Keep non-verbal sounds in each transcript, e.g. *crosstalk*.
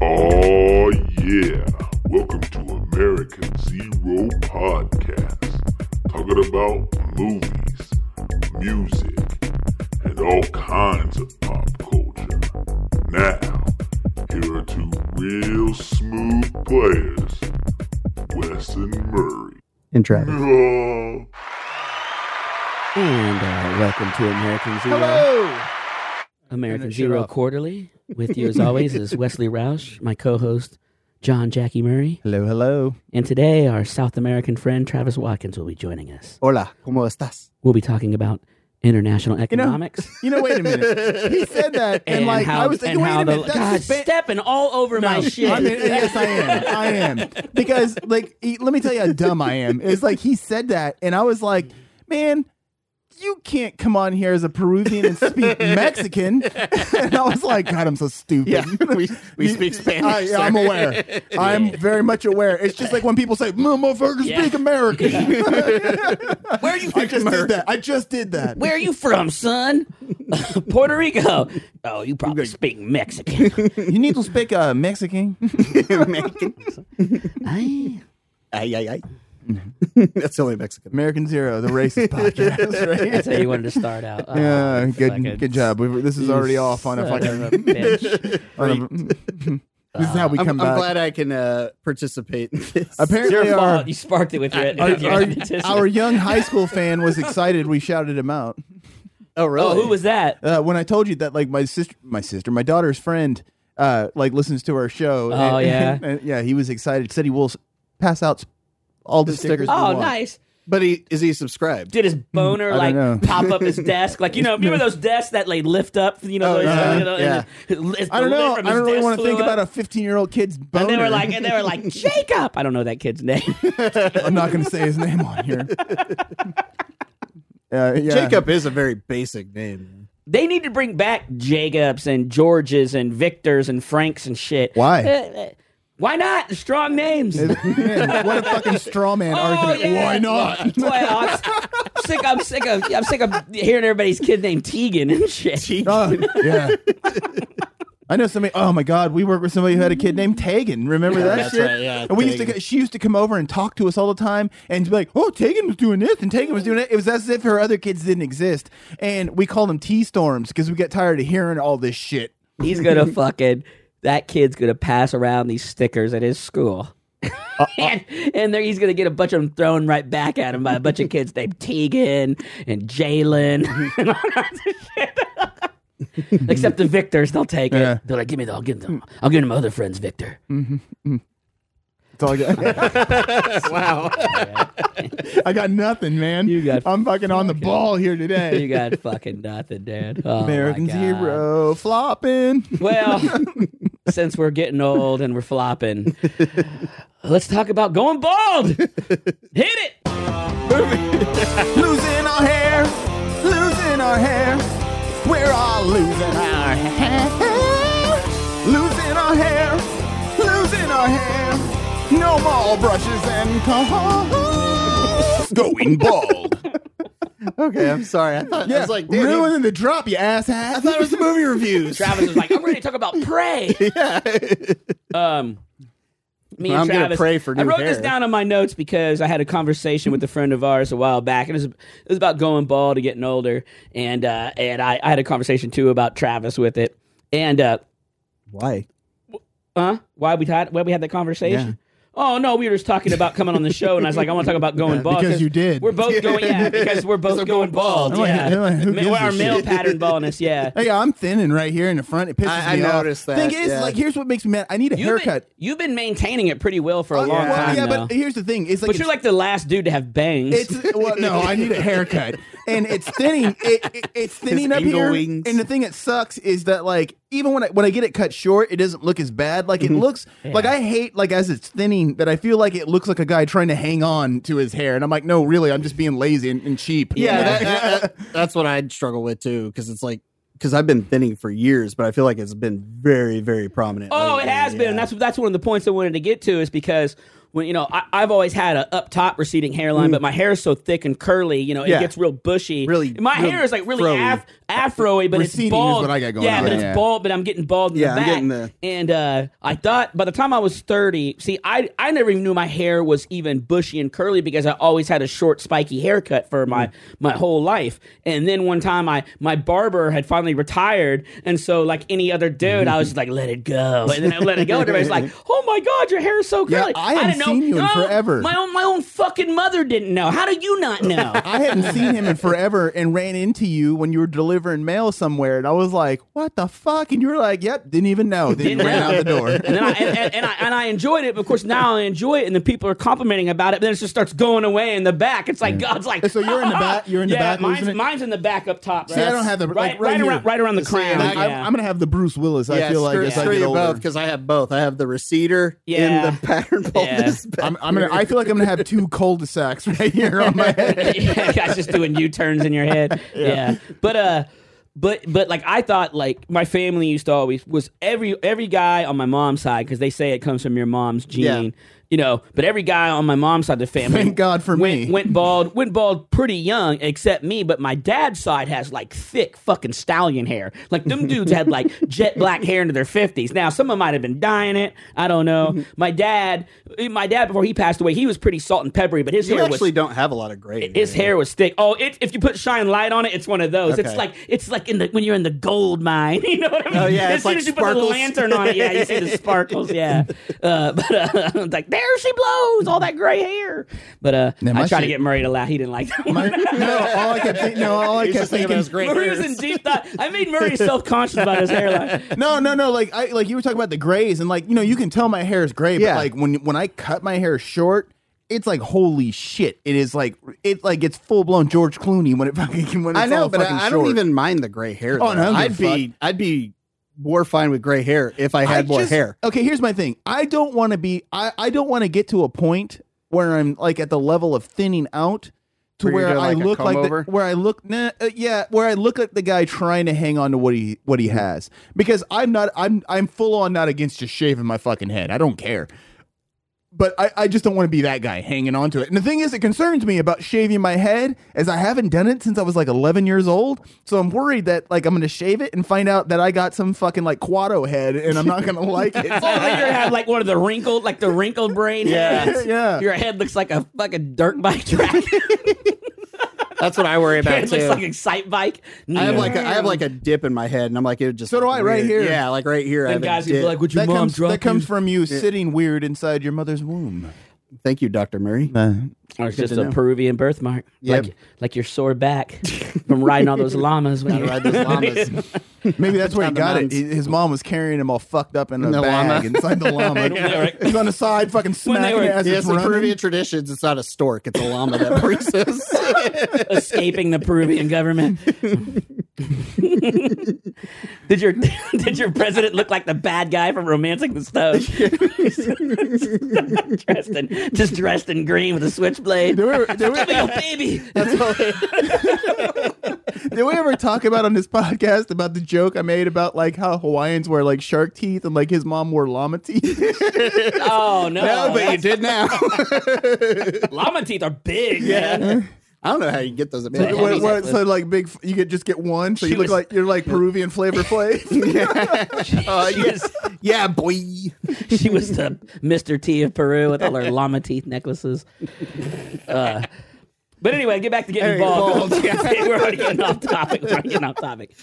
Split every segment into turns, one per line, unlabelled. Oh, Yeah, welcome to American Zero Podcast, talking about movies, music, and all kinds of pop culture. Now, here are two real smooth players, Wes and Murray.
and Travis.
*laughs* Oh,
And uh, welcome to American Zero.
Hello.
American
Turn that shit
Zero
off.
Quarterly.
*laughs*
With you, as always, is Wesley Roush, my co host, John Jackie Murray.
Hello, hello.
And today, our South American friend, Travis Watkins, will be joining us.
Hola, ¿cómo estás?
We'll be talking about international
know,
economics.
You know, wait a minute. he said
*laughs*
that, and, like I was thinking,
and
wait
how
a minute.
the,
that's
God,
Spa-
stepping all over
Oh,
my shit.
I mean, yes, I am. I am because, like, he- let me tell you how dumb I am. It's like he said that, and I was like, man. You can't come on here as a Peruvian and
*laughs*
speak Mexican. and I was like, God, I'm so stupid.
Yeah, we, we
You-
speak
I,
Spanish.
I'm
sir.
aware. I'm very much aware. It's just like when people say, "Motherfuckers
Yeah.
speak American."
*laughs*
Where are
*laughs*
you
I
from,
just
Murray?
did that. I just did that.
Where are you from, son? *laughs* Puerto Rico. Oh, you probably speak Mexican.
You need to speak uh, Mexican.
Ay.
Ay, ay, ay.
Mm-hmm. *laughs*
That's the only Mexican.
*laughs* American Zero, the
*laughs*
racist podcast.
That's
Right?
how you wanted to start out.
*laughs*
Oh,
Yeah,
fucking
good, good job. We were, this is already off on a
son of
fucking.
a bitch.
*laughs* on a-
mm-hmm,
*laughs* this is how we
I'm, I'm
come back.
glad I can uh, participate in this.
Apparently,
your
our,
fault. You sparked it with your,
*laughs*
with
our,
*laughs* your
our,
nepotism.
our young high school fan was excited. We shouted him out
Oh, really?
Oh, who was that?
uh, when I told you that. Like my sister, my sister, my daughter's friend, uh, like listens to our show.
Oh, yeah.
and- yeah. He was excited. Said he will s- pass out s- all the stickers. we
Oh,
want.
nice.
But he is he subscribed?
Did his boner
don't
like
know.
pop up his desk? Like you know,
*laughs*
remember those desks that like lift up? You know, those,
yeah.
you know
Yeah.
and the-
Oh, I don't
the lid
know. I
from his
don't really
desk
want to
flew
think
up.
about a 15 year old kid's boner.
And they were like, and they
*laughs*
were like, Jacob. I don't know that kid's name.
I'm not going to say his name on
*laughs*
here. Uh, yeah.
Jacob is a very basic name.
they need to bring back Jacobs and Georges and Victors and Franks and shit.
Why?
Eh, eh, Why not? Strong names. Oh,
Man, what a fucking straw
Oh,
man argument.
*laughs*
Why not?
Boy, I'm s- sick. I'm sick of. I'm
*laughs*
sick of hearing everybody's kid named Tegan and shit.
Oh, yeah. I know somebody. Oh my God, we worked with somebody who had a kid named Tegan. Remember that
that's
shit?
right, yeah,
and we used to.
Tegan.
get- She used to come over and talk to us all the time, and be like, "Oh, Tegan was doing this, and Tegan was doing that." It was as if her other kids didn't exist, and we called them T storms because we got tired of hearing all this shit.
He's gonna fucking that kid's gonna pass around these stickers at his school. *laughs* and and there he's gonna get a bunch of them thrown right back at him by a bunch of kids named Tegan and Jalen *laughs* and all kinds of shit. Except the Victors, they'll take it.
Yeah.
They're like, give me the, I'll give them, I'll give them my other friends, Victor.
That's all I got.
*laughs*
Wow.
I got nothing, man.
You got
I'm fucking on the ball here today.
You got fucking nothing, dude. *laughs* Oh, my
American
God.
Zero flopping.
Well, since we're getting old and we're flopping, let's talk about going bald. Hit it.
losing our hair, losing our hair. We're all losing our hair, losing our hair, losing our hair. No more brushes and combs. Going bald.
okay, I'm sorry. I thought I was like, dude,
ruining the drop, you ass
I thought it was the movie reviews.
Travis was like, I'm ready to talk about pray. Um, me and
I'm gonna
Travis,
pray for
I
new
wrote this
hair.
down on my notes because I had a conversation with a friend of ours a while back. It was it was about going bald and getting older, and uh, and I, I had a conversation too about Travis with it, and uh,
Why?
Huh? Why we had why we had that conversation? Oh no, we were just talking about coming on the show, and I was like, I want to talk about going bald
because you did.
We're both going, yeah, because we're both going,
bald.
bald.
I'm like,
yeah,
I'm like, who
Ma-
gives a
our male
shit?
pattern baldness. Yeah,
Hey, I'm thinning right here in the front. It pisses
I- I
me off.
noticed that,
Thing is,
yeah.
like, here's what makes me mad. I need a
you've been,
haircut.
you've been maintaining it pretty well for a
Oh,
long
well,
time
yeah,
now.
but here's the thing. It's like
But you're
it's-
like the last dude to have bangs.
It's well, *laughs* no, I need a haircut, and it's thinning. It, it, it's thinning up
angle
here.
wings.
And the thing that sucks is that like even when I when I get it cut short, it doesn't look as bad. Like it looks like I hate like as it's thinning that I feel like it looks like a guy trying to hang on to his hair, and I'm like, no, really, I'm just being lazy and, and cheap.
yeah, that- that- that- that's what I'd struggle with too, because it's like because I've been thinning for years, but I feel like it's been very, very prominent.
*laughs* oh, it
lately,
has
yeah.
been. That's that's one of the points I wanted to get to is because when you know I, I've always had a up top receding
Mm.
hairline, but my hair is so thick and curly, you know, it
Yeah.
gets real bushy.
Really-
my
really
hair is like really
frowy.
af- afroy, but it's
Receding is
bald.
what I got going
yeah,
on,
but it's
yeah.
bald, but I'm getting bald in
Yeah,
the
I'm
back.
getting the-
And uh, I thought by the time I was thirty, see, I I never even knew my hair was even bushy and curly because I always had a short, spiky haircut for my
Hmm.
my whole life. And then one time, I my barber had finally retired, and so like any other dude, I was just like, let it go, and then I let it go, and
*laughs*
everybody's like, oh my god, your hair is so
Yeah,
curly.
I haven't
didn't know-
seen you in
no,
forever.
My own my own fucking mother didn't know. How do you not know?
*laughs* I hadn't seen him in forever and ran into you when you were delivering mail somewhere. And I was like, what the fuck? And you were like, yep, didn't even know. Then you
Didn't
ran
know.
out the door. *laughs*
and then I and, and, and I and I enjoyed it. But of course, now I enjoy it, and then people are complimenting about it. But then it just starts going away in the back. It's like God's like.
So you're in the back- you're in the
*laughs* yeah,
back losing
Mine's,
it?
mine's in the back up top.
See, I don't have the- like,
right,
right here.
around right around the crown.
And I,
yeah.
am gonna have the Bruce Willis. I
yeah,
feel like
screw,
as I
screw
get
you
older.
both because I have both. I have the receder
Yeah.
and the pattern
*laughs*
*laughs*
baldness.
*laughs*
back
I'm, I'm gonna.
here.
I feel like I'm gonna have two cul-de-sacs *laughs* right here on my
*laughs*
head.
yeah, guys just doing U turns in
*laughs*
your head. Yeah. But uh but but like I thought like my family used to always was every every guy on my mom's side because they say it comes from your mom's gene.
Yeah.
You know, but every guy on my mom's side of the
*laughs*
family
Thank God for
went,
me.
Went bald went bald pretty young, except me, but my dad's side has like thick fucking stallion hair. Like them dudes had
*laughs*
like jet black hair into their fifties. Now some of them might have been dyeing it. I don't
Mm-hmm.
know. My dad my dad before he passed away, he was pretty salt and peppery, but his
you
hair was
actually don't have a lot of gray.
his hair was thick. Oh, it, if you put shine light on it, it's one of those. It's
Okay.
like it's like in the when you're in the gold mine. *laughs* You know what I mean?
Oh, yeah,
as
it's
soon
like
as you put the
sparkles.
lantern on it, yeah,
*laughs*
you see the sparkles. Yeah, uh, but uh, *laughs* it's like there she blows, all that gray hair. But uh,
Now, my
I tried to
shit-
get Murray to laugh. He didn't like that.
My-
one.
no, all I kept think, no, all I kept thinking.
*laughs* Murray was in deep thought. I
*laughs*
made Murray self conscious about his hairline.
No, no, no. Like I like you were talking about the grays, and like you know, you can tell my hair is gray,
Yeah.
but like when when I cut my hair short. It's like holy shit! It is like it like it's full blown George Clooney when it fucking when it's
I know,
all
but
fucking
I, I don't
short.
even mind the gray hair.
Oh, no, I
though.
don't
I'd
give a
be I'd be more fine with gray hair if I had more
just-
hair.
Okay, here's my thing. I don't want to be. I, I don't want to get to a point where I'm like at the level of thinning out to
Where
where,
you're doing,
I
like, a
look like the,
comb-over?
where I look. Nah, uh, yeah, where I look like the guy trying to hang on to what he what he has because I'm not. I'm I'm full on not against just shaving my fucking head. I don't care. But I, I just don't want to be that guy hanging on to it. And the thing is, it concerns me about shaving my head, as I haven't done it since I was like 11 years old. So I'm worried that like I'm going to shave it and find out that I got some fucking like quado head, and I'm not going to like it.
Oh, like you're gonna have like one of the wrinkled, like the wrinkled brain
Yeah.
heads.
Yeah.
Your head looks like a fucking dirt bike track.
*laughs* That's what I worry
Your
about
head looks
too.
like a sight bike.
I have like a, I have like a dip in my head, and I'm like it would just.
So do I, right
weird.
here.
Yeah, like right here. I
Then
have a
guys would be
dip.
like, "Would your
That
mom
comes,
drop
that comes
you?"
from you sitting weird inside your mother's womb.
Thank you, Doctor Murray.
Or it's
Good
just
to
a
know.
Peruvian birthmark,
Yep.
like like your sore back *laughs* from riding all those llamas. When you
Ride
*laughs*
those llamas.
Maybe that's where he
Down the
got it.
mountains.
His mom was carrying him all fucked up in a
the
bag
llama.
inside the llama. He's on the side, fucking smacking
were-
it as
Yeah,
it's
some
running.
Peruvian traditions. It's not a stork; it's a llama that
*laughs*
breezes.
*laughs* escaping the Peruvian government. *laughs* did your *laughs* did your president look like the bad guy from Romancing the Stone? *laughs* dressed in, just dressed in green with a switchblade. *laughs*
Did we, ever- did, we,
Having a baby.
did we ever talk about on this podcast about the joke I made about like how Hawaiians wear like shark teeth and like his mom wore llama *laughs* teeth?
Oh no!
no, but you did now.
llama teeth are big. Yeah.
*laughs* I don't know how you get those.
But
Where-
heavy-
where- so like big, you could just get one. So
She
you look
was-
like you're like Peruvian flavor
*laughs*
Flav. *laughs*
she, was,
Uh, yeah, boy.
*laughs* she was the Mr. T of Peru with all her llama teeth necklaces. Uh, but anyway, get back to getting bald. *laughs* We're already getting off topic. We're already getting off topic.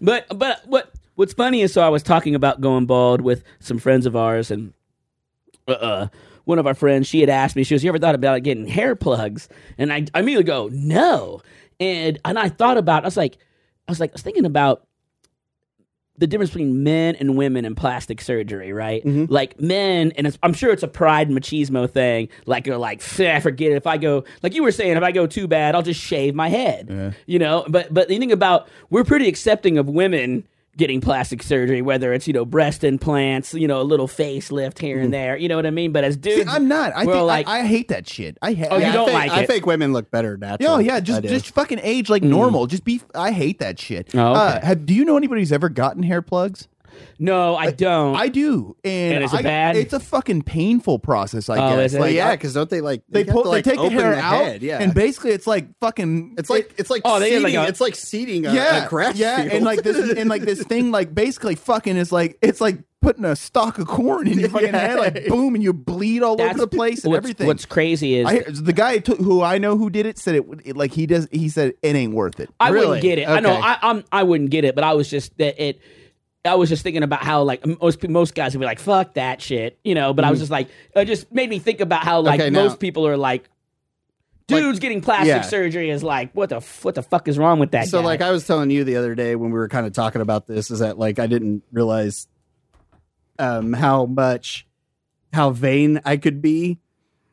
But but what what's funny is so I was talking about going bald with some friends of ours and uh, uh one of our friends she had asked me she was you ever thought about getting hair plugs and I, I immediately go no and and I thought about I was like I was like I was thinking about the difference between men and women in plastic surgery, right?
Mm-hmm.
Like men, and it's, I'm sure it's a pride machismo thing. Like you're like, "Pfft, forget it. If I go, like you were saying, if I go too bad, I'll just shave my head. You know. But but the thing about we're pretty accepting of women getting plastic surgery, whether it's you know breast implants, you know, a little facelift here and there. You know what I mean? But as
Mm-hmm. See,
dudes,
I'm not. I
we're
think
like,
I, I hate that shit. I hate.
Oh, you
I-
don't
I think,
like
I
it.
think women look better naturally.
Oh yeah,
I
just
do.
just fucking age like normal. Just be. I hate that shit.
Mm. Oh, okay.
uh, have do you know anybody who's ever gotten hair plugs?
No, I don't.
I do, and,
And is it
I-
bad?
It's a fucking painful process. I
Oh,
guess.
is it?
Like,
yeah,
I-
because don't they like
they
have
pull,
to, like,
they take the
open
hair out,
head, yeah,
and basically it's like fucking.
it's like it's like
Oh, they get,
seating,
like, a-
it's like seating a,
yeah,
a grass
yeah,
field.
and like this,
*laughs*
and like this thing, like basically fucking is like it's like putting a stalk of corn in your fucking
Yeah.
head, like boom, and you bleed all over the place and
what's,
everything.
What's crazy is
I, the guy who took- who I know who did it said it, it like he does. He said it ain't worth it.
I
Really?
wouldn't get it. I know
Okay.
I, I'm I wouldn't get it, but I was just that it. I was just thinking about how like most pe- most guys would be like fuck that shit, you know. But I was just like, it just made me think about how like
Mm-hmm. Okay, now-
most people are like, dudes getting plastic
yeah.
surgery is like, what the f- what the fuck is wrong with that?
so
guy?
like I was telling you the other day when we were kind of talking about this is that like I didn't realize um how much how vain I could be.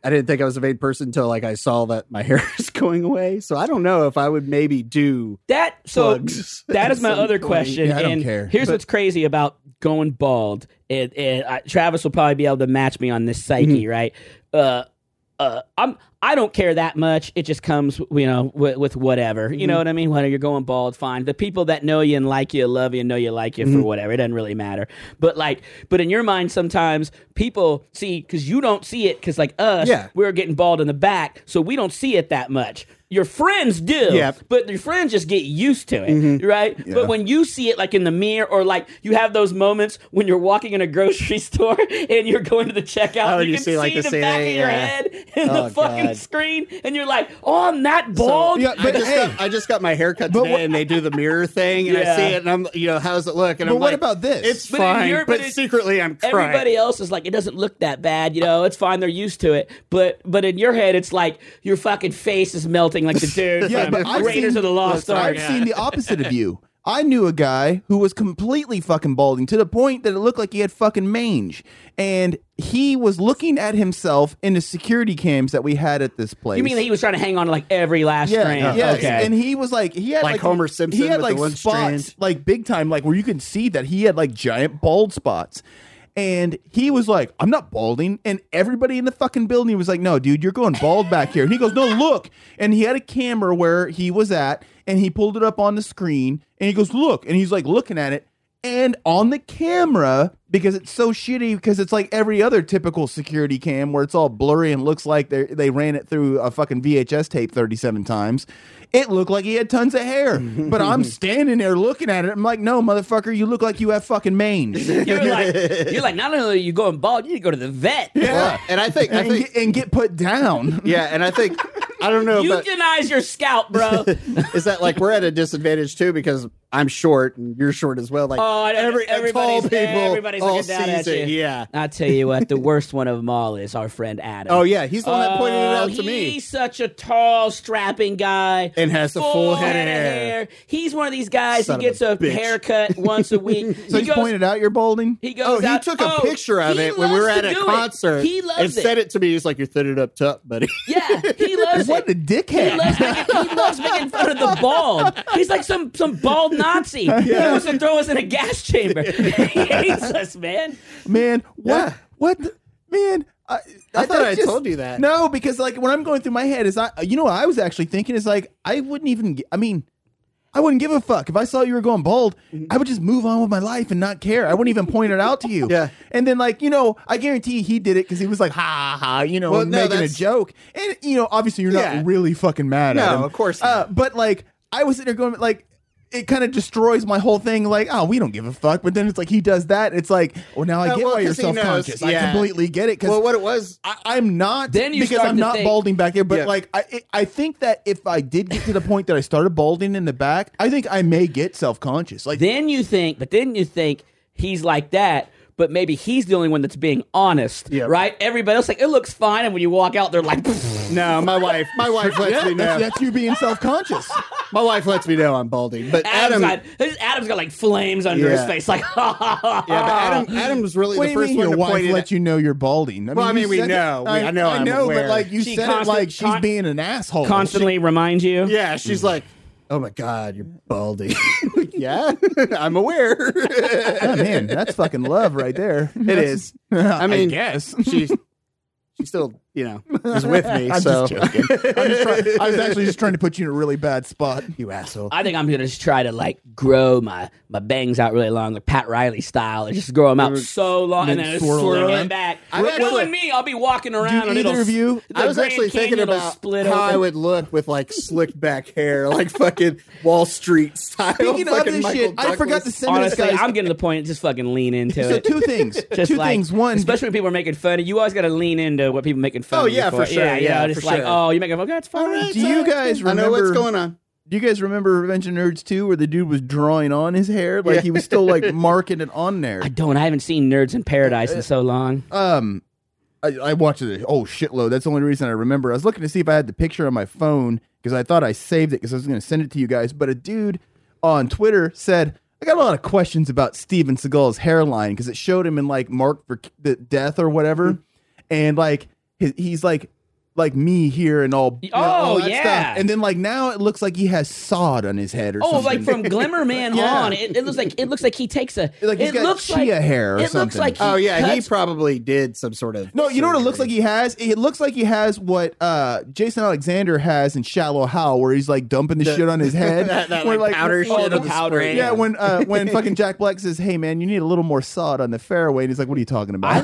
I didn't think I was a vain person until like I saw that my *laughs* hair is going away. So I don't know if I would maybe do
that so
plugs
*laughs*
*laughs*
that
at
is my
some
other
point.
question.
Yeah, I don't
and
care.
Here's
But-
what's crazy about going bald. It, it, I, Travis will probably be able to match me on this psyche,
Mm-hmm.
right? Uh, uh, I'm I don't care that much. It just comes, you know, with, with whatever.
Mm-hmm.
You know what I mean? Whether you're going bald, fine. The people that know you and like you, love you, and know you like you
Mm-hmm.
for whatever, it doesn't really matter. But like, but in your mind, sometimes people see because you don't see it because like us,
Yeah.
we're getting bald in the back, so we don't see it that much. Your friends do,
Yep.
but your friends just get used to it, right? But when you see it like in the mirror, or like you have those moments when you're walking in a grocery *laughs* store and you're going to the checkout,
Oh,
and
you
you, can
see,
see,
like, the
the, back
same-
of your
yeah.
head in
Oh,
the fucking
God.
screen, and you're like, "Oh, I'm not bald."
yeah,
I
but
just,
hey,
got, I just got my hair cut today,
what-
and they do the mirror thing, and I
Yeah.
see it, and I'm, you know, how does it look? And
But
I'm
what
like,
about this?
It's
But in
fine,
Europe,
but
it is-
secretly I'm crying.
Everybody else is like, it doesn't look that bad, you know. It's fine, they're used to it. But but in your head, it's like your fucking face is melting, like the dude
Yeah,
from
but I've
Raiders
seen-
of the Lost
I've
Ark.
seen the opposite of you. I knew a guy who was completely fucking balding to the point that it looked like he had fucking mange, and he was looking at himself in the security cams that we had at this place.
You mean that he was trying to hang on to like every last
yeah,
strand?
yeah,
okay.
and he was like, he had
Like
like,
Homer Simpson
He had
with
like
the one
spots,
strand.
like big time, like where you can see that he had like giant bald spots. And he was like, I'm not balding. And everybody in the fucking building was like, No, dude, you're going bald back here. And he goes, No, look. And he had a camera where he was at and he pulled it up on the screen and he goes, Look. And he's like looking at it. And on the camera, because it's so shitty, because it's like every other typical security cam where it's all blurry and looks like they they ran it through a fucking VHS tape 37 times, it looked like he had tons of
*laughs*
hair. but I'm standing there looking at it. I'm like, no, motherfucker, you look like you have fucking
*laughs*
mange.
*laughs*
you're like, you're like, not only are you going bald, you need to go to the vet.
*laughs* Yeah, and I think, I
and,
think,
get, and get put down.
*laughs*
yeah, and I think, I don't know, but
Euthanize your scalp,
*laughs*
bro.
is that like we're at a disadvantage too because I'm short and you're short as well? Like,
Oh, and every,
everybody's
everybody's, everybody's
all
looking down
sees
at you.
it, Yeah.
I tell you what, the worst one of them all is our friend Adam.
Oh yeah, he's the one that pointed it
Oh,
out to me.
He's such a tall, strapping guy.
And has a full head of
He's one of these guys
Son
who
of
gets
a
a,
bitch.
haircut once a week.
*laughs*
So
he
he's
goes,
pointed out you're balding?
he
Oh,
goes
he
out-
took a
oh,
picture of
he
it when we were
loves
at
to
a
do it.
concert.
He
and
loves
said
it.
it to me. He's like, "You're thinning up top, buddy." *laughs*
Yeah, he loves
What
it.
a dickhead.
He loves, making, he loves making fun of the bald. He's like some some bald Nazi. He wants to throw us in a gas chamber. *laughs* he hates us, man.
man what
Yeah.
what the, man i,
I thought I
just-
told you that.
no because like when i'm going through my head is i you know what i was actually thinking is like i wouldn't even gi- i mean i wouldn't give a fuck if i saw you were going bald
Mm-hmm.
i would just move on with my life and not care i wouldn't even point it out to you
*laughs* Yeah.
and then like you know i guarantee he did it because he was like ha ha, ha you know
Well, no,
making a
that's-
joke and you know obviously you're
Yeah.
not really fucking mad at
No,
him
of course
uh, but like i was sitting there going like it kind of destroys my whole thing. Like, oh, we don't give a fuck. But then it's like he does that. It's like, well, now I
Uh,
get
well,
why you're
'cause he knows,
self conscious. I
yeah.
completely get it because
Well, what it was,
I, I'm not.
Then you
because
start
I'm
to
not
think-
balding back there. But
Yeah.
like, I it- I think that if I did get to the point that I started balding in the back, I think I may get self conscious. Like,
Then you think, but then you think he's like that. But maybe he's the only one that's being honest,
Yeah.
right? Everybody else like it looks fine, and when you walk out, they're like,
no, my wife, my wife lets me
that's,
know.
that's you being self
*laughs*
conscious.
My wife lets me know I'm balding, but
Adam's
Adam,
got his, Adam's got like flames under his
Yeah.
face, like, *laughs* ha ha ha.
yeah, but
ha.
Adam, Adam was really
What do
the
you
first
mean
one
your
to
wife
point it.
let you know you're balding? I
Well, I mean,
you
we
said
know. We- I know
I
I'm
know, but
aware.
like you
She
said it
constant-
like she's
con-
being an asshole. *laughs*
constantly *laughs* reminds you.
Yeah, she's like, "Oh my god, you're balding." *laughs* yeah, I'm aware. *laughs*
She- oh, man, *laughs* that's fucking love right there.
it is. I mean,
guess.
she she still you know, is with me.
*laughs* I'm
so
just joking. I'm just trying, I was actually just trying to put you in a really bad spot.
*laughs* you asshole.
I think I'm gonna just try to like grow my my bangs out really long, like Pat Riley style, and just grow them out so long and
then
then
swirl
swirl
them
them
in.
back.
I
With
actually-
you and me, I'll be walking around. and
either
it'll
of you-
s- the
I was
Grand
actually thinking
Canyon will
about
split
how
open.
I would look with like slick back hair, like fucking Wall Street style.
Speaking of
fucking
this
Michael
shit, I
Douglas.
forgot to send you this
Honestly,
guy's.
I'm getting to the point. Just fucking lean
*laughs*
into
so
it.
two things.
*laughs* Just
two
like,
things. One,
especially when people are making fun of you, you always got to lean into what people are making fun
Oh,
of you
yeah, for sure,
Yeah, you
yeah,
know, just
for
like,
sure.
oh, you make a fuck, that's
All
fine.
right,
Do you
so-
guys
I know what's
remember-
going on.
do you guys remember Revenge of Nerds 2 where the dude was drawing on his hair? Like he was still
*laughs*
like marking it on there.
I don't. I haven't seen Nerds in Paradise in so long.
um I, I watched it. Oh shitload! That's the only reason I remember. I was looking to see if I had the picture on my phone because I thought I saved it because I was going to send it to you guys. But a dude on Twitter said I got a lot of questions about Steven Seagal's hairline because it showed him in like Mark for K- the Death or whatever,
Mm-hmm.
and like his, he's like like me here and all. you know, all
Oh,
that
yeah.
stuff. And then like now it looks like he has sod on his head or
Oh,
something.
like from Glimmer Man
Yeah.
on, it, it looks like it looks like he takes a.
Like he's
it
got
looks
chia
like,
hair or
it looks
something.
like he
Oh yeah, he
cuts-
probably did some sort of.
No, you know what it looks like
surgery.
he has? It looks like he has what uh, Jason Alexander has in Shallow Hal, where he's like dumping the, shit on his head.
that, that,
Where,
like,
oh,
powder shit
the
on the
powder,
spray.
Yeah, when uh, when fucking Jack Black says, "Hey man, you need a little more sod on the fairway," and he's like, "What are you talking
I
about?"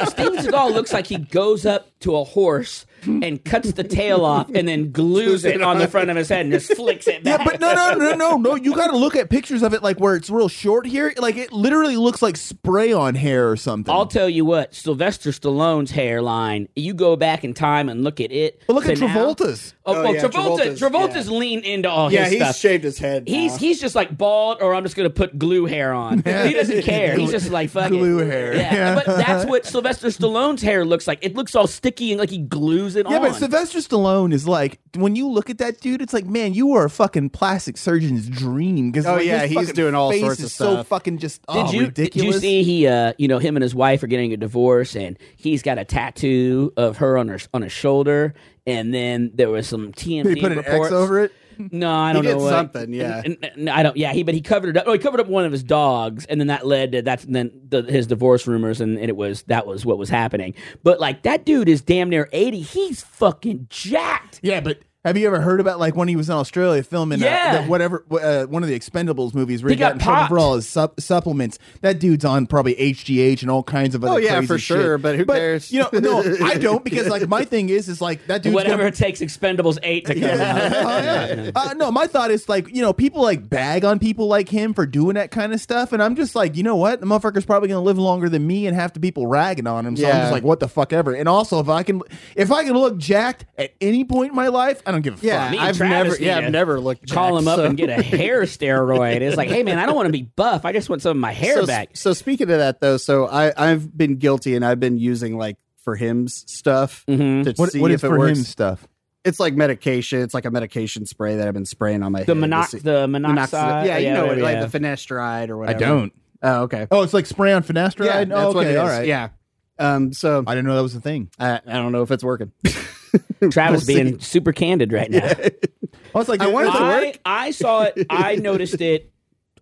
*laughs*
it, Steven Seagal looks like he goes up to a horse and cuts the tail off and then glues it on the front of his head and just flicks it back.
*laughs* yeah, but no, no, no, no, no. You got to look at pictures of it, like where it's real short here. Like it literally looks like spray on hair or something.
I'll tell you what, Sylvester Stallone's hairline, you go back in time and look at it.
but look at
to now-
Travolta's.
Oh, well,
yeah,
Travolta,
Travolta's-
Travolta's, leaned into all
Yeah,
his
he's
stuff.
shaved his head.
He's
now.
he's just like bald, or I'm just gonna put glue hair on.
*laughs*
He doesn't care. He's just like fuck it.
Glue hair.
Yeah.
Yeah. *laughs*
but that's what Sylvester Stallone's hair looks like. It looks all sticky and like he glues it
Yeah,
on.
but Sylvester Stallone is like when you look at that dude, it's like, man, you are a fucking plastic surgeon's dream. Because
Oh,
like,
yeah,
his
he's
fucking
doing all
face
sorts of
is so
stuff.
fucking just oh,
did you did
ridiculous.
you see he uh you know him and his wife are getting a divorce and he's got a tattoo of her on her on his shoulder and then there was some TMZ
They put an
reports.
X over it.
No, I don't
did
know what.
something, yeah.
N- n- n- I don't. Yeah, he but he covered it up. Oh, he covered up one of his dogs, and then that led to that's and then the, his divorce rumors, and, and it was that was what was happening. But like that dude is damn near eighty. He's fucking jacked.
Yeah, but have you ever heard about like when he was in Australia filming uh,
Yeah.
that whatever uh, one of the Expendables movies where he,
He
got,
got
in trouble for
popped.
all his sup- supplements? That dude's on probably HGH and all kinds of other.
Oh, yeah,
crazy
for sure,
shit.
but who cares?
You know, no, I don't because like my thing is is like that dude.
Whatever it takes, Expendables eight to
*laughs*
come.
*laughs*
out.
Oh,
Yeah. *laughs* Uh, no, my thought is like, you know, people like bag on people like him for doing that kind of stuff. And I'm just like, you know what? The motherfucker's probably going to live longer than me and half the people ragging on him. So I'm
Yeah.
just like, what the fuck ever. And also, if I can, if I can look jacked at any point in my life, I don't give a
yeah,
Me and
I've
Travis
never, yeah,
need to
I've never looked.
Call
jacked,
him up
so-
and get
*laughs*
a hair steroid. It's like, hey man, I don't want to be buff. I just want some of my hair
so,
back.
So speaking of that though, so I I've been guilty and I've been using like for him's stuff
Mhm.
to
fuck. What,
see
what
if
is
it
for
works.
him stuff?
It's like medication. It's like a medication spray that I've been spraying on my
The
head. to
monox,
see-
the monoxide.
Yeah, you know what,
whatever,
like
yeah.
the finasteride or whatever.
I don't.
Oh, okay.
Oh, it's like spray on finasteride?
Yeah,
oh,
that's
okay.
what it
all
is.
right.
Yeah. Um. So
I didn't know that was a thing.
I, I don't know if it's working. *laughs*
Travis being super candid right now.
I was like,
I wanted to-
I,
work?
I saw it.
*laughs*
I noticed it.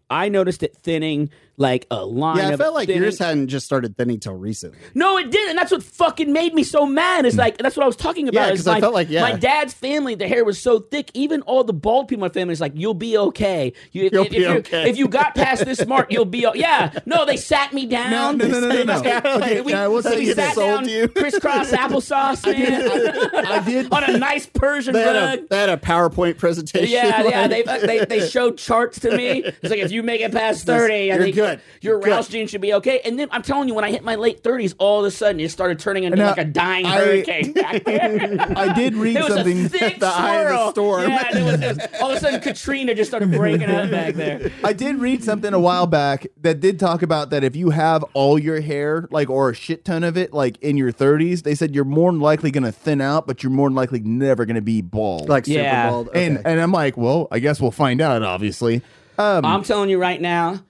I noticed it thinning like a line.
yeah, I
of
felt like
thinning.
yours hadn't just started thinning till recently.
No, it didn't. That's what fucking made me so mad. Is like that's what I was talking about.
Mm. Yeah,
is
'cause I
my-
felt like, yeah.
my dad's family, the hair was so thick. Even all the bald people in my family is like, you'll be okay. You, if,
You'll
if
be
you-
okay.
If you got past this mark, you'll be. o- Yeah, no, they sat me down.
No, no, no,
*laughs*
no, no, no.
Like, we,
now, I will say
we
they
sat
sold
down,
you.
*laughs*
crisscross applesauce, man.
I did.
on a nice Persian
They had,
rug.
a, they had a PowerPoint presentation.
Yeah, yeah.
*laughs* like-
They, they
*laughs*
they showed charts to me. It's like if you make it past thirty, I
You're
think
good.
Your
You're good.
Rouse gene should be okay. And then I'm telling you, when I hit my late thirties, all of a sudden it started turning into
Now,
like a dying
I-
*laughs*
hurricane *laughs* back there.
I did read
It was
something.
a
*laughs*
thick
the eye of the
swirl.
storm.
Yeah, and it was, it was, all of
*laughs*
a sudden Katrina just started breaking out back there.
I did read something a while back that did talk about that if you have all your hair, like, or a shit ton of it, like in your 30s, they said you're more than likely going to thin out, but you're more than likely never going to be bald.
like super
Yeah.
bald. Okay.
and and I'm like, well, I guess we'll find out. Obviously, um,
Mm.
I'm telling you right now.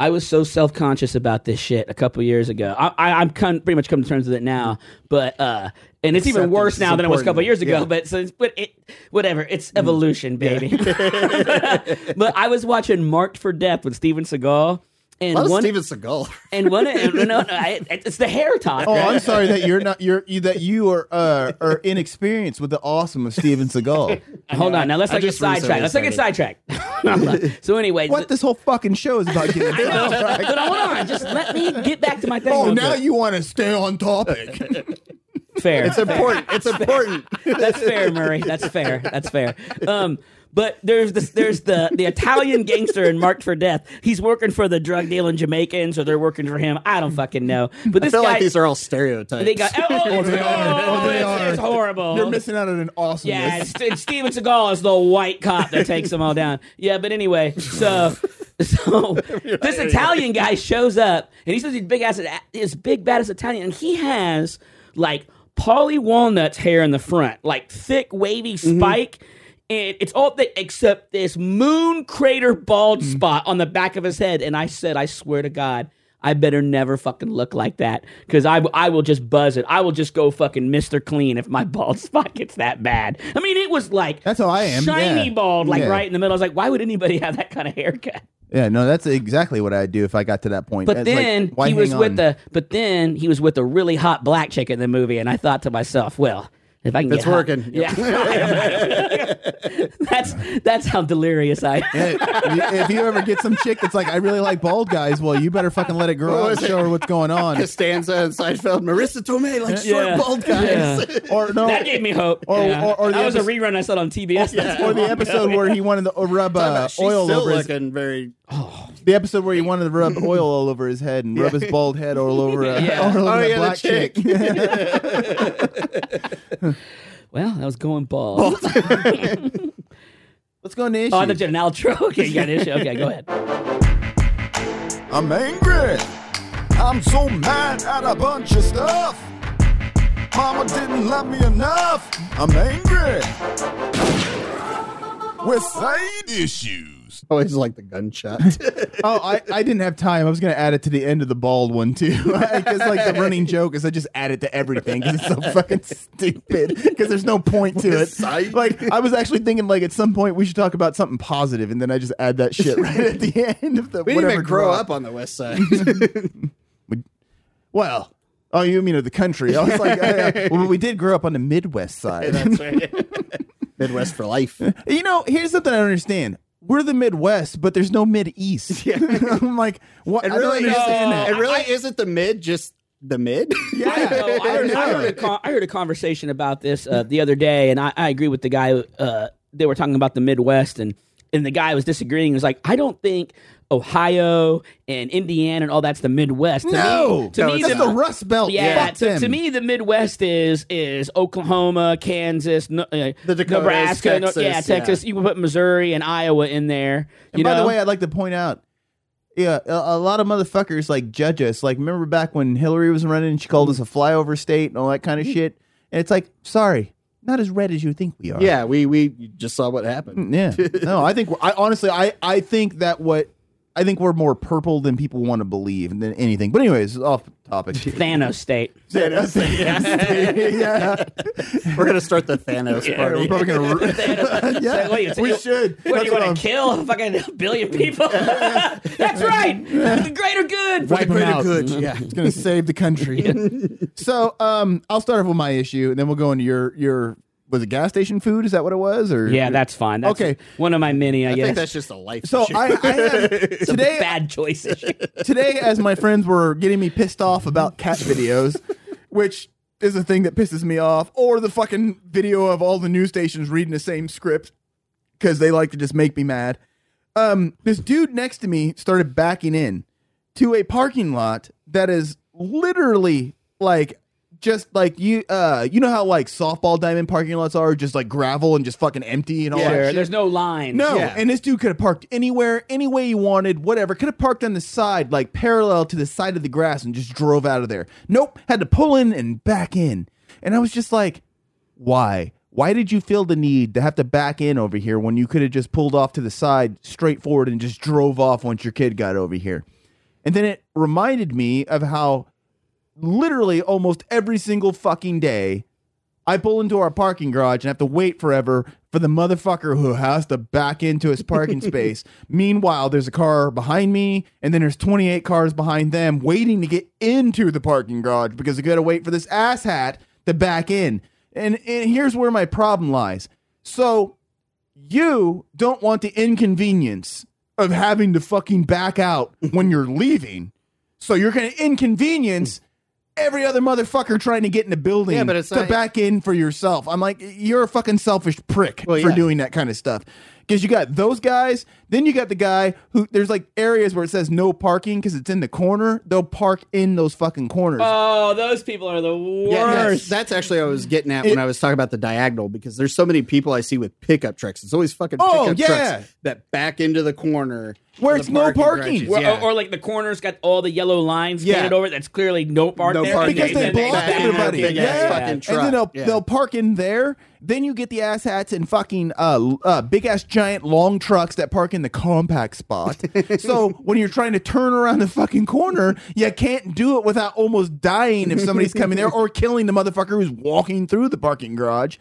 I was so self conscious about this shit a couple years ago. I, I, I'm con- pretty much come to terms with it now, but uh, and it's even
Acceptance
worse
is
now than it was a couple
important.
years ago.
Yeah. Mm.
But so, it's- but it, whatever, it's
*laughs*
*laughs* evolution, baby. but I was watching Marked for Death with Steven Seagal, And
Love
one
Steven
*laughs*
Seagal.
and one no
*laughs*
no, no I, it's the hair talk.
Oh,
right?
I'm sorry that you're not you're you, that you are uh, are *laughs* inexperienced with the awesome of Steven Seagal.
Hold on. Now let's not get
just recently
sidetracked. Let's not
*laughs*
get sidetracked. *laughs* so
*laughs*
anyway,
what this whole fucking show is about
*laughs*
getting.
but hold on. Just let me get back to my thing.
*laughs* oh,
real
now
quick.
you want to stay on topic.
fair. It's
important.
*laughs*
It's important.
That's fair, Murray. That's fair. That's fair. Um, but there's this, there's the the Italian gangster in Marked for Death. He's working for the drug dealing Jamaicans, or they're working for him. I don't fucking know. But this
I feel
guy,
like these are all stereotypes. *laughs*
they got. Oh,
*laughs* they are. Oh, they
it's-
are.
It's horrible.
You're missing out on an awesomeness.
Yeah, it's, it's Steven Seagal is the white cop that takes them all down. Yeah, but anyway, so *laughs* so this Italian guy shows up and he says he's big ass, his big baddest Italian, and he has like Polly Walnut's hair in the front, like thick wavy spike. And it's all thick except this moon crater bald
Mm-hmm.
spot on the back of his head. And I said, I swear to God, I better never fucking look like that because I, I will just buzz it. I will just go fucking Mr. Clean if my *laughs* bald spot gets that bad. I mean, it was like
That's how I am,
shiny
yeah.
bald, like
Yeah.
right in the middle. I was like, why would anybody have that kind of haircut?
Yeah, no, that's exactly what I'd do if I got to that point.
But
It's like,
then
why
he was
hang on?
with the but then he was with a really hot black chick in the movie, and I thought to myself, well. If I can
It's
get hot-
working.
yeah, *laughs* that's that's how delirious
*laughs*
I am.
Hey, if you ever get some chick that's like, I really like bald guys, well, you better fucking let it grow
*laughs*
out and show her what's going on.
Costanza and Seinfeld. Marissa Tomei like
Yeah.
short bald guys. *laughs*
Or no,
That gave me hope.
Or-
yeah.
or- or the
that was a
episode-
rerun I saw on TBS. That's
or the
*laughs*
episode where he wanted to rub uh,
She's
oil
still
over his,
looking very.
the episode where he wanted to
*laughs*
rub oil all over his head and rub his bald head all over a,
*laughs* Yeah.
all over
Oh,
that
yeah, the
black chick. *laughs*
well, that was going bald.
Let's go into issues.
*laughs* Oh, I thought you had an outro. Okay, you got an issue. Okay, go ahead.
I'm angry. I'm so mad at a bunch of stuff. Mama didn't love me enough. I'm angry. With side issues.
Always like the *laughs* gunshot.
oh, I, I didn't have time. I was going to add it to the end of the bald one too. *laughs* Because like the running joke is I just add it to everything
*laughs*
because it's so fucking stupid. Because there's no point to it.
Sight.
Like I was actually thinking like at some point we should talk about something positive, and then I just add that shit right at the end of the.
we didn't
whatever
even grow
drop.
up on the West
*laughs*
Side.
Well. Oh, you mean of the country? I was like, oh,
*laughs*
yeah. well, we did grow up on the Midwest side.
*laughs* Midwest for life.
*laughs* You know, here's something I don't understand. We're the Midwest, but there's no Mid
*laughs*
East. *laughs* I'm like, what?
It
I don't
really, is,
understand that.
it really isn't the mid, just the mid. *laughs*
I,
*laughs*
know. I, heard, I, heard a con- I heard a conversation about this uh, the other day, and I, I agree with the guy. Uh, they were talking about the Midwest, and and the guy was disagreeing. He was like, I don't think Ohio and Indiana and all that's the Midwest. To me,
No,
to me
that's
the,
the Rust Belt.
Yeah,
Fuck
to,
them.
to me, the Midwest is is Oklahoma, Kansas, no, uh,
The Dakotas,
Nebraska, no-
Texas,
yeah, Texas. You can put Missouri and Iowa in there.
And
you
by
know?
the way, I'd like to point out, yeah, a, a lot of motherfuckers like judge us. Like, remember back when Hillary was running and she called us a flyover state and all that
Mm-hmm.
kind of shit. And it's like, sorry, not as red as you think we are.
yeah, we we just saw what happened.
yeah. No, I think we're- I honestly, I I think that what I think we're more purple than people want to believe than anything. But anyways, off topic.
*laughs* Thanos state.
*laughs* yeah,
*laughs* We're gonna start the Thanos
we're
*laughs* party.
probably
*laughs*
gonna. *laughs*
So, what, you-
we
you-
should.
What,
That's
you
what
want
I'm-
to kill *laughs* a fucking billion people? *laughs* That's right. The greater good.
Wipe 'em
Greater
out.
good, yeah.
it's gonna save the country. so, um, I'll start off with my issue, and then we'll go into your your was it gas station food? Is that what it was? Or
*laughs* Yeah, that's fine. That's
Okay.
One of my many, I,
I
guess.
think that's just a life.
So
issue. *laughs*
I, I
*laughs*
have, today
Bad choice issue.
today as my friends were getting me pissed off about cat videos, which is a thing that pisses me off, or the fucking video of all the news stations reading the same script because they like to just make me mad. Um, this dude next to me started backing in to a parking lot that is literally like just like you uh you know how like softball diamond parking lots are just like gravel and just fucking empty and all that
Sure,
shit?
There's no line.
No,
Yeah.
and this dude could have parked anywhere, any way he wanted, whatever. Could have parked on the side, like parallel to the side of the grass, and just drove out of there. Nope, had to pull in and back in. And I was just like, why? Why did you feel the need to have to back in over here when you could have just pulled off to the side, straight forward, and just drove off once your kid got over here? And then it reminded me of how literally almost every single fucking day I pull into our parking garage and have to wait forever for the motherfucker who has to back into his
*laughs*
parking space. Meanwhile, there's a car behind me, and then there's 28 cars behind them waiting to get into the parking garage because they got to wait for this asshat to back in. And, and here's where my problem lies. So you don't want the inconvenience of having to fucking back out when
*laughs*
you're leaving. So you're going to inconvenience every other motherfucker trying to get in the building
Mm. Yeah, but it's
to
not-
back in for yourself. I'm like, you're a fucking selfish prick for
yeah.
doing that kind of stuff. Because you got those guys, then you got the guy who there's like areas where it says no parking because it's in the corner. They'll park in those fucking corners.
Oh, those people are the worst.
Yeah, that's, that's actually what I was getting at when I was talking about the diagonal because there's so many people I see with pickup trucks. It's always fucking pickup
Oh, yeah.
trucks that back into the corner
Where
of
it's
the
no parking.
garages.
Or,
Yeah.
or, or like the corners got all the yellow lines
Yeah.
painted over it. That's clearly no park
No
there.
parking.
because they
And then
block
they back in their
everybody.
big
Yeah.
ass fucking
And then
truck.
they'll
Yeah.
they'll park in there. Then you get the ass hats and fucking uh, uh big ass giant long trucks that park in the compact
*laughs*
spot. so when you're trying to turn around the fucking corner, you can't do it without almost dying if somebody's coming there or killing the motherfucker who's walking through the parking garage.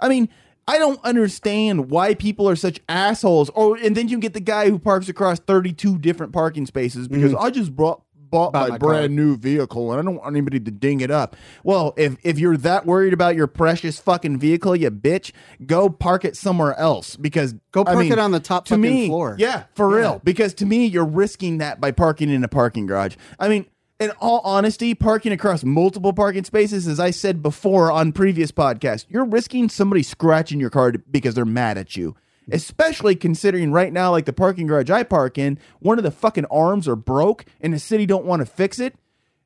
I mean, I don't understand why people are such assholes. Or and then you get the guy who parks across 32 different parking spaces because I just brought bought my,
Mm-hmm. my car.
brand new vehicle and I don't want anybody to ding it up. Well, if if you're that worried about your precious fucking vehicle, you bitch, go park it somewhere else because
Go
I
park
mean,
it on the top
to
fucking
me,
floor.
Yeah, for real. Because to me, you're risking that by parking in a parking garage. I mean, in all honesty, parking across multiple parking spaces, as I said before on previous podcasts, you're risking somebody scratching your car because they're mad at you. Especially considering right now, like the parking garage I park in, one of the fucking arms are broke and the city don't want to fix it.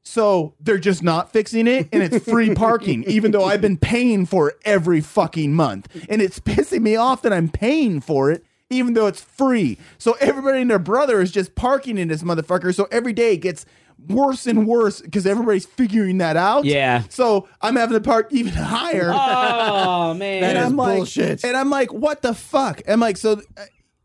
So they're just not fixing it and it's
*laughs*
free parking, even though I've been paying for it every fucking month. And it's pissing me off that I'm paying for it, even though it's free. So everybody and their brother is just parking in this motherfucker. So every day it gets worse and worse because everybody's figuring that out.
Yeah.
So I'm having to park even higher.
*laughs* Oh man.
That
and
is
I'm like,
bullshit.
And I'm like, what the fuck? I'm like, so uh,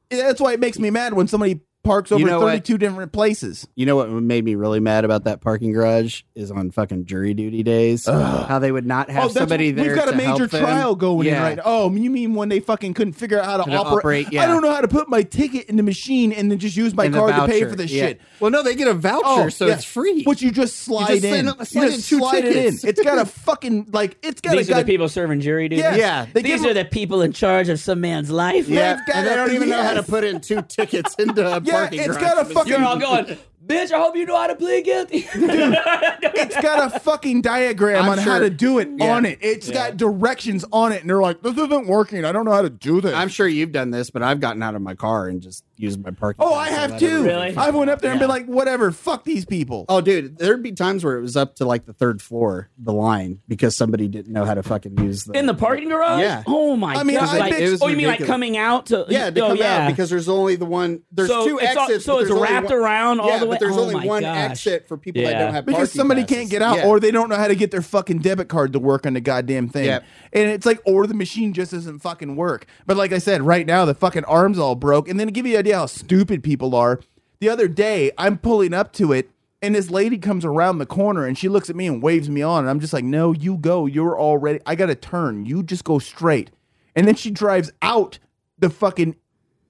that's why it makes me mad when somebody parks over
know what?
32 different places.
You know what made me really mad about that parking garage is on fucking jury duty days. How they would not have
Oh, that's-
somebody there.
We've got
to
a major
help them.
trial going
Yeah.
in right now. Oh, you mean when they fucking couldn't figure out how to,
To
operate?
operate, yeah.
I don't know how to put my ticket in the machine and then just use my
And the
card to pay
voucher,
for this
yeah.
shit. Oh,
Well, no, they get a voucher, so
yeah.
it's free.
But you just slide
just
in.
slide- slide
you
in
just
two
slide it in.
tickets.
It's
*laughs*
got a fucking like it's got
These
a
are the
god-
people serving jury duty.
Yes.
Yeah.
They
These
give
are the people in charge of some man's life.
yeah,
They've got
and they
a-
don't even know how to
yes.
put in two
*laughs*
tickets into a
yeah,
parking
it's
garage.
got a fucking
You're all going, bitch. I hope you know how to plead guilty.
it's got
*laughs*
a fucking diagram
I'm
on how to
sure-
do it
Yeah.
on it. It's got directions on it, and they're like, "This isn't working. I don't know how to do this."
I'm sure you've done this, but I've gotten out of my car and just used my parking.
oh,
lot
I
to
have
let
too.
everybody-
Really?
I've went up there and been
Yeah.
like, "Whatever, fuck these people."
Oh, dude, there'd be times where it was up to like the third floor, the line, because somebody didn't know how to fucking use the
*laughs* in the parking garage.
Yeah.
Oh my
I mean,
god.
I
like,
bitch- It
was
oh, you mean like
ridiculous.
coming out to?
Yeah, to
oh,
come
yeah.
out because there's only the one. There's
So
two
it's all-
exits.
so
but
it's
there's only
wrapped
one-
around all
yeah,
the way?
But there's
Oh
only
my
one
gosh.
exit for people
Yeah.
that don't have
because
parking
somebody
passes.
can't get out
Yeah.
or they don't know how to get their fucking debit card to work on the goddamn thing
Yep.
and it's like or the machine just doesn't fucking work but like i said right now the fucking arms all broke and then to give you an idea how stupid people are the other day i'm pulling up to it and this lady comes around the corner and she looks at me and waves me on and i'm just like no you go you're already i gotta turn you just go straight and then she drives out the fucking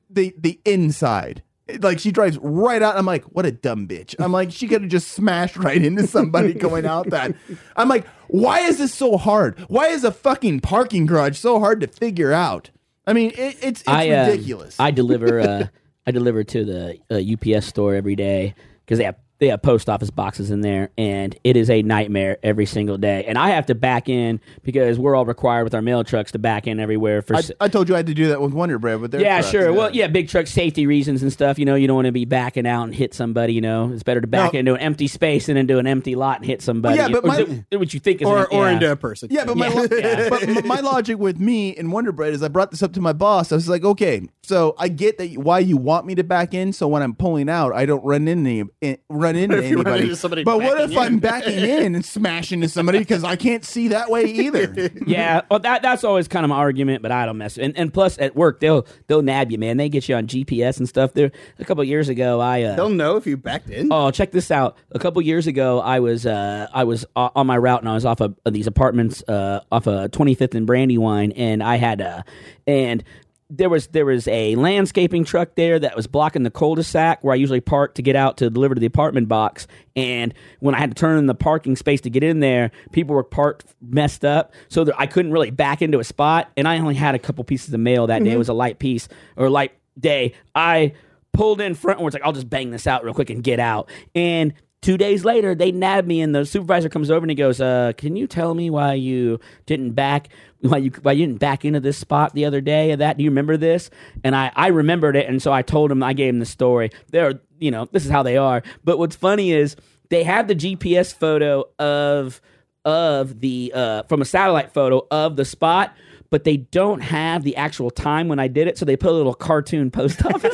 the the inside. Like she drives right out. I'm like, what a dumb bitch. I'm like, she could have just smashed right into somebody going out
*laughs*
that. I'm like, why is this so hard? Why is a fucking parking garage so hard to figure out? I mean, it, it's it's
I, um,
ridiculous.
I deliver. Uh, I deliver to the uh, UPS store every day because they have they have post office boxes in there, and it is a nightmare every single day. And I have to back in because we're all required with our mail trucks to back in everywhere for.
I,
s-
I told you I had to do that with Wonder Bread, but
yeah, sure. Well, yeah, big truck safety reasons and stuff. You know, you don't want to be backing out and hit somebody. You know, it's better to back
No.
into an empty space than into an empty lot and hit somebody.
yeah, but
Or
my-
do- do what you think is
or
an-
or
yeah.
into a person.
Yeah, but my,
Yeah.
lo- but m- my logic with me and Wonder Bread is I brought this up to my boss. I was like, okay, so I get that you- why you want me to back in, so when I'm pulling out, I don't run into any, in, run run into
If you run
anybody.
into somebody
but what if
backing
I'm
in?
backing in and smashing into somebody because I can't see that way either?
yeah, well, that that's always kind of my argument, but I don't mess. And and plus at work they'll they'll nab you, man. They get you on GPS and stuff. There a couple years ago, I
*laughs*
uh,
They'll know if you backed in.
*laughs* Oh, check this out. A couple years ago, I was uh, I was o- on my route and I was off of, of these apartments uh, off of 25th and Brandywine, and I had uh, and there was there was a landscaping truck there that was blocking the cul-de-sac where I usually park to get out to deliver to the apartment box. And when I had to turn in the parking space to get in there, people were parked messed up, so that I couldn't really back into a spot. And I only had a couple pieces of mail that day. It was a light piece or light day. I pulled in front and was like, I'll just bang this out real quick and get out. And two days later, they nabbed me, and the supervisor comes over and he goes, uh, "Can you tell me why you didn't back why you why you didn't back into this spot the other day? Of that, do you remember this?" And I I remembered it, and so I told him I gave him the story. They're you know this is how they are. But what's funny is they have the GPS photo of of the uh, from a satellite photo of the spot. But they don't have the actual time when I did it, so they put a little cartoon post *laughs* office.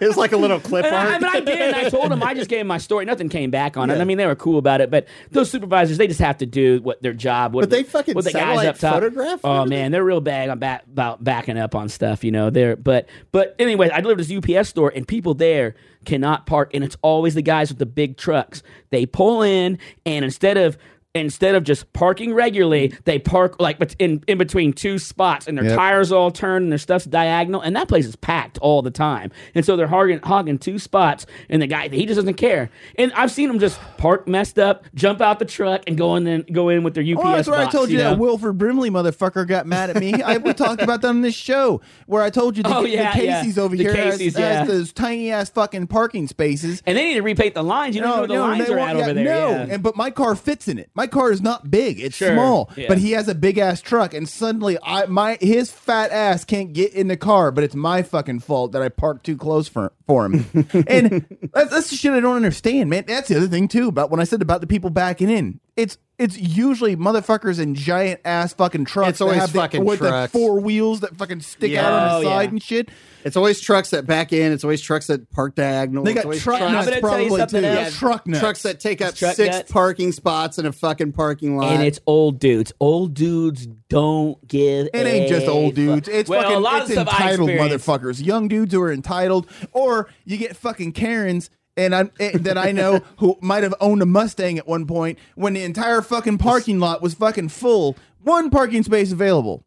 It's like a little clip
And I,
art.
but I did. And I told them I just gave them my story. Nothing came back on it. I mean, they were cool about it. But those supervisors, they just have to do what their job. What
But they fucking
what the guys
satellite
up top.
photograph
Oh
everything?
man, they're real bad on back, about backing up on stuff. You know, they're but but anyway, I delivered this UPS store, and people there cannot park, and it's always the guys with the big trucks. They pull in, and instead of Instead of just parking regularly, they park like bet- in, in between two spots, and their tires all turned, and their stuff's diagonal, and that place is packed all the time. And so they're hogging, hogging two spots, and the guy he just doesn't care. And I've seen him just park messed up, jump out the truck, and go in and go in with their UPS.
Oh, that's where I
box,
told you,
know?
that Wilford Brimley motherfucker got mad at me. I, we talked about that on this show where I told you the,
Oh,
the
yeah, yeah.
Casey's over
The
here has-
Casey's,
has,
yeah.
those tiny ass fucking parking spaces.
And they need to repaint the lines. You don't know where the lines
they
are
won't-
at
yeah,
over there.
No,
yeah.
and but my car fits in it. My car is not big; it's
Sure,
small.
yeah.
But he has a big ass truck, and suddenly, I my his fat ass can't get in the car. But it's my fucking fault that I parked too close for for
*laughs*
him. and that's, that's the shit I don't understand, man. That's the other thing too about when I said about the people backing in. It's it's usually motherfuckers in giant ass fucking trucks.
It's always
that have the-
fucking
with
trucks.
the four wheels that fucking stick out
Oh,
on the
yeah.
side and shit.
It's always trucks that back in. It's always trucks that park diagonal.
They
It's
got
always
truck
I'm
nuts
gonna tell you
probably
something
too.
else.
truck nuts.
trucks that take up
Truck
six
nuts.
parking spots in a fucking parking lot.
And it's old dudes. Old dudes don't give.
It ain't just old dudes. It's fucking it's entitled motherfuckers. Young dudes who are entitled, or you get fucking Karens. And I am that I
*laughs*
know who might have owned a Mustang at one point when the entire fucking parking lot was fucking full, one parking space available.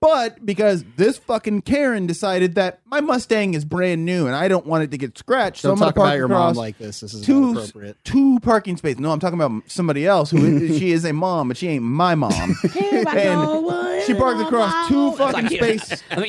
But because this fucking Karen decided that my Mustang is brand new and I don't want it to get scratched,
Don't
so I'm
talk
gonna park
about your mom
across
like this. This is
two
inappropriate.
two parking spaces. No, I'm talking about somebody else who is, she is a mom, but she ain't my
*laughs*
mom. and she parked across two fucking spaces,
*laughs* I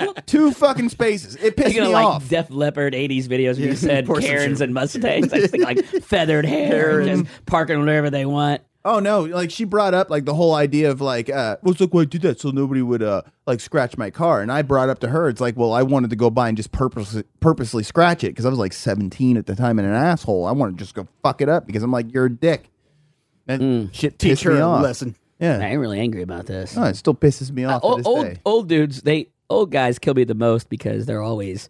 *laughs*
mean,
two fucking spaces. It pissed
you know,
me
like
off.
Def Leppard '80s
*laughs*
videos where you said
course it's
Karens
you.
and Mustangs, I just think like feathered hair, and just parking wherever they want.
oh no, like she brought up like the whole idea of like, uh, well, it's like, why I did that so nobody would uh like scratch my car. And I brought up to her, it's like, well, I wanted to go by and just purposely purposely scratch it because I was like 17 at the time and an asshole. I want to just go fuck it up because I'm like, you're a dick. That
Hmm.
shit pissed
Teach her
me
a
off.
lesson.
Yeah.
I ain't really angry about this.
No, it still pisses me off. to
old,
this
Uh, old
day.
old dudes they old guys kill me the most because they're always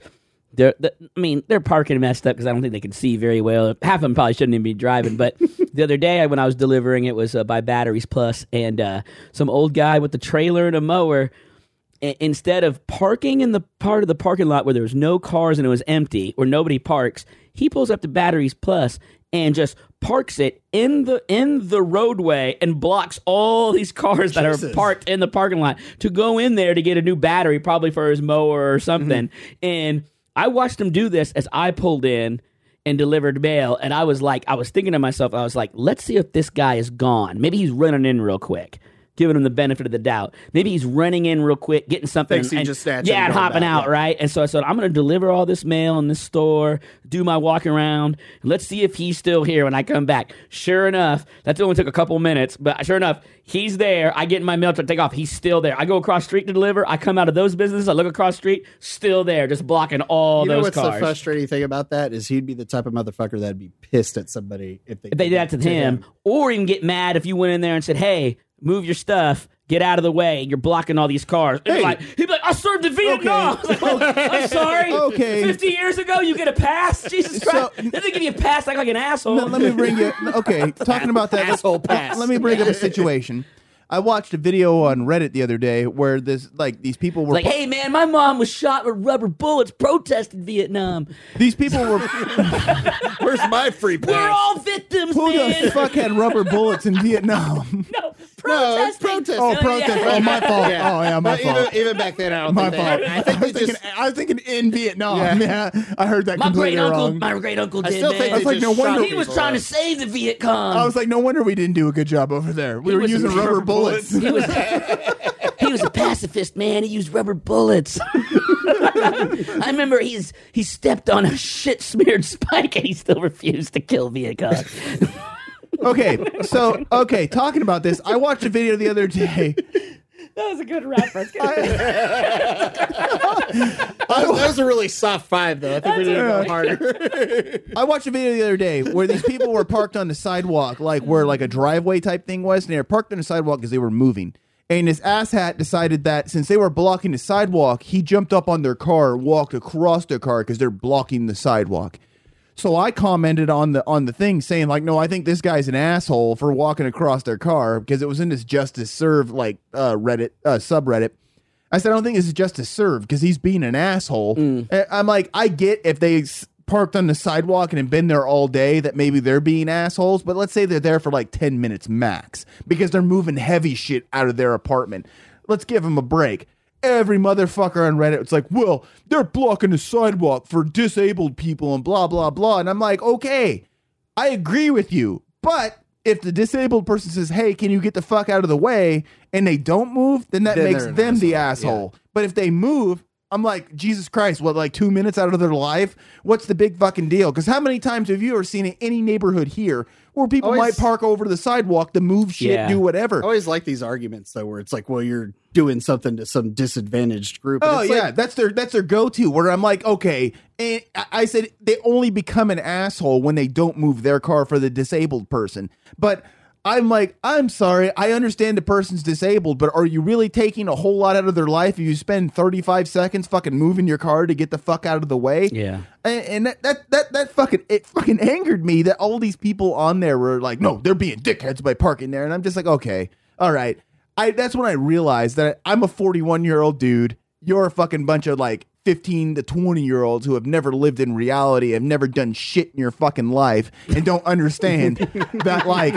they're the, i mean they're parking messed up because i don't think they can see very well half of them probably shouldn't even be
*laughs*
driving but the other day when i was delivering it was uh, by batteries plus and uh, some old guy with the trailer and a mower i- instead of parking in the part of the parking lot where there was no cars and it was empty or nobody parks he pulls up to batteries plus and just parks it in the in the roadway and blocks all these cars that are parked in the parking lot to go in there to get a new battery probably for his mower or something and i watched him do this as i pulled in and delivered mail and i was like i was thinking to myself i was like let's see if this guy is gone maybe he's running in real quick giving him the benefit of the doubt maybe he's running in real quick getting something
Thinks he
and,
just snatched it
yeah
and
and
going
hopping
back,
out
yeah.
right and so i said i'm going to deliver all this mail in this store do my walk around let's see if he's still here when i come back sure enough that only took a couple minutes but sure enough he's there i get in my mail truck take off he's still there i go across street to deliver i come out of those businesses i look across street still there just blocking all
You know
those
what's
cars
the frustrating thing about that is he'd be the type of motherfucker that'd be pissed at somebody if they
if they did that to him, or even get mad if you went in there and said, "Hey, move your stuff." Get out of the way. You're blocking all these cars. He'd, be
Hey.
like, he'd be like, *laughs* I served in Vietnam. I'm sorry.
Okay.
50 years ago, you get a pass? Jesus Christ.
So-
they didn't give you a pass like, like an asshole.
Let- let me bring you. Okay, talking about that.
Asshole pass.
Let me bring up a situation. I watched a video on Reddit the other day where this, like, these people were
*laughs* like, hey, man, my mom was shot with rubber bullets protesting Vietnam.
these people were
Where's my free
We're
pass?
all victims,
who
man.
the fuck had rubber bullets in Vietnam?
*laughs* No,
No, it's protesting.
protesting.
Oh, protest! Oh, my fault.
Yeah.
Oh, yeah, my
But even,
fault.
even back then, I don't
My
think
fault.
they- I think
was
they
thinking,
just.
I was thinking in Vietnam. Yeah, I heard that
My
completely
great uncle,
wrong.
my great uncle
I
did,
still
man.
think
That's
they
like
just
no wonder-
shot
he was
people
trying to
up.
save the Viet Cong.
I was like, no wonder we didn't do a good job over there. We were
was-
using rubber bullets. *laughs*
he was he was a pacifist, man. He used rubber bullets. *laughs* I remember he's he stepped on a shit smeared spike and he still refused to kill Viet Cong.
okay, so okay, talking about this, I watched a video the other day.
that was a good reference.
*laughs*
That was- that was a really soft five, though. I think we need to go
*laughs*
harder.
I watched a video the other day where these people were parked on the sidewalk, like where like a driveway type thing was, and they were parked on the sidewalk because they were moving. And this asshat decided that since they were blocking the sidewalk, he jumped up on their car, walked across their car because they're blocking the sidewalk. So I commented on the on the thing saying like, no, I think this guy's an asshole for walking across their car because it was in this Justice Serve like uh, Reddit uh, subreddit. I said I don't think this is Justice Serve because he's being an asshole.
Mm.
And I'm like, I get if they s- parked on the sidewalk and had been there all day that maybe they're being assholes, but let's say they're there for like ten minutes max because they're moving heavy shit out of their apartment. Let's give them a break. Every motherfucker on Reddit was like, well, they're blocking the sidewalk for disabled people and blah, blah, blah. And I'm like, okay, I agree with you. But if the disabled person says, hey, can you get the fuck out of the way? And they don't move, then that
Then
makes
they're an
them the asshole. But if they move, I'm like, Jesus Christ, what, like two minutes out of their life? What's the big fucking deal? Because how many times have you ever seen in any neighborhood here where people
Always-
might park over to the sidewalk to move shit,
Yeah.
do whatever?
I always like these arguments, though, where it's like, well, you're doing something to some disadvantaged group. And
Oh
it's
yeah,
like,
that's their that's their go to. Where I'm like, okay, and I- I said they only become an asshole when they don't move their car for the disabled person. But I'm like, I'm sorry, I understand the person's disabled, but are you really taking a whole lot out of their life if you spend 35 seconds fucking moving your car to get the fuck out of the way?
Yeah.
and, and that, that that that fucking it fucking angered me that all these people on there were like, no, they're being dickheads by parking there, and I'm just like, okay, all right. I that's when I realized that I'm a 41 year old dude. You're a fucking bunch of like 15 to 20 year olds who have never lived in reality, have never done shit in your fucking life, and don't understand that like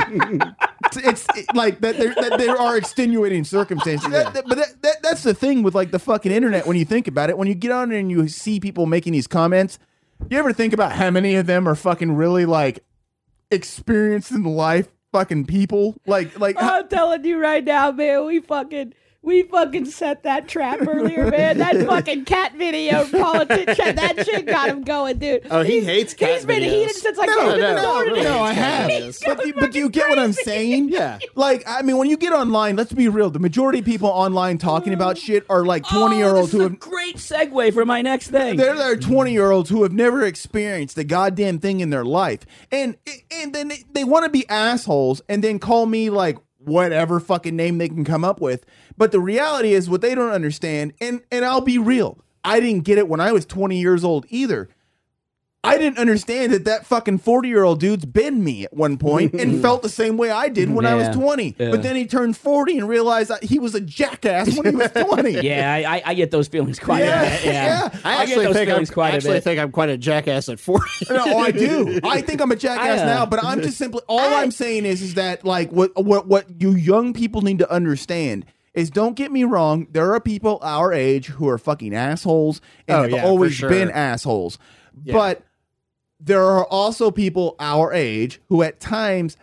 it's it- like that there, that there are extenuating circumstances. That- that- but that, that, that's the thing with like the fucking internet when you think about it. When you get on there and you see people making these comments, you ever think about how many of them are fucking really like experiencing life fucking people? Like, like,
Uh,
how-
I'm telling you right now, man, we fucking we fucking set that trap earlier, man.
*laughs*
That fucking cat video politics that shit got him going, dude.
Oh, he
He's-
hates cat
He's been
videos.
heated since like eight in the morning.
no, I
He's going
have.
but, do- but do you get what I'm
crazy.
saying?
Yeah.
Like, I mean, when you get online, let's be real. The majority of people online talking about shit are like 20 year olds
Oh,
who
this is a
have
great segue for my next thing.
There, there are twenty year olds who have never experienced a goddamn thing in their life, and and then they, they want to be assholes, and then call me like whatever fucking name they can come up with. But the reality is, what they don't understand, and and I'll be real, I didn't get it when I was twenty years old either. I didn't understand that that fucking 40 year old dude's been me at one point and
*laughs*
felt the same way I did when I was
Yeah.
20.
Yeah.
But then he turned 40 and realized that he was a jackass when he was 20.
*laughs* yeah, I, I, I get those feelings quite a bit. Yeah,
yeah.
I
I get
actually
those
think I'm
feelings quite a
actually
bit.
think I'm quite a jackass at *laughs* forty.
No, oh, I
*laughs*
do. I think I'm a jackass
I, uh,
now, but I'm just simply all I, am saying is is that like what what what you young people need to understand is don't get me wrong, there are people our age who are fucking assholes and
Oh,
have
yeah, for
always
sure.
been assholes. But there are also people our age who at times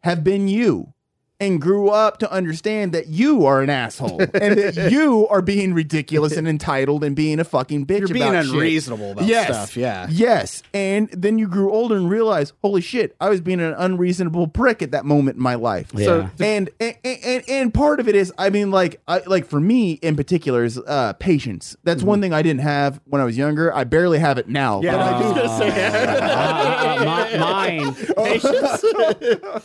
have been you and grew up to understand that you are an asshole and
*laughs*
that you are being ridiculous and entitled and being a fucking bitch
You're being
about shit.
unreasonable about
Yes.
stuff. Yeah.
Yes. And then you grew older and realized, holy shit, I was being an unreasonable prick at that moment in my life.
So-
and, and and and part of it is, I mean, like I like for me in particular is uh patience. That's one
Mhm.
thing I didn't have when I was younger. I barely have it now. but I do-
gonna say
Oh.
Uh, uh, uh,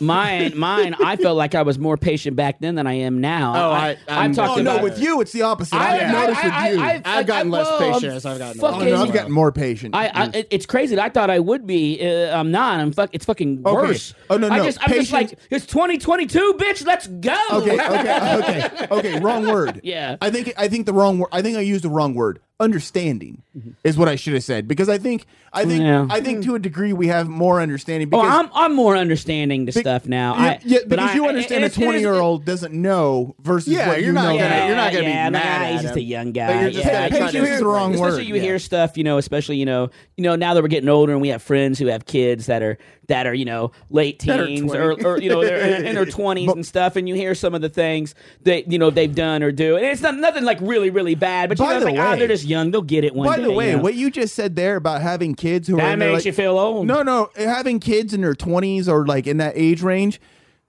mi- mine, mine, mine. I felt like I was more patient back then than I am now.
Oh, I-
I,
I'm
am
definitely-
talking
no,
about.
with you, it's the opposite.
I,
I,
have
noticed with you.
I,
I've gotten less
whoa, I'm
patient as I've gotten older.
oh, no,
fucking-
I've gotten more patient.
I,
Mm.
I it- it's crazy that I thought I would be. Uh, I'm not. I'm fuck. It's fucking
Okay.
worse.
Oh, no,
I
no.
just, I'm just
Patience-
like it's 2022, bitch. Let's go. Oh,
okay,
*laughs*
okay, okay, okay. Wrong word.
Yeah.
I think I think the wrong word. I think I used the wrong word. Understanding is what I should have said because I think I think
Mm-hmm. Yeah.
I think to a degree we have more understanding.
Oh,
Because
I'm I'm more understanding to
Be-
stuff now.
Yeah,
I,
yeah,
but
because
I-
you
it-
understand
it's-
a
it is-
20 year old doesn't know versus
Yeah,
what
you're
you
not
know.
gonna-
now.
you're not gonna be
yeah, I'm like,
mad
ah,
at
He's just a
him.
young
But
guy.
you're just
yeah,
like
I
trying
just
to
use the wrong
especially
word,
you
yeah.
hear stuff, you know, especially you know, you know, now that we're getting older and we have friends who have kids that are that are you know late teens or, or you know they're
*laughs*
in, in their twenties and stuff, and you hear some of the things that you know they've done or do, and it's not nothing like really really bad, but you
By
know, it's
the
like ah,
way-
they're just young, they'll get it one
By
day.
the way,
you know?
what you just said there about having kids who are
that
in their,
makes
like-
you feel old.
No, no, having kids in their 20s or like in that age range,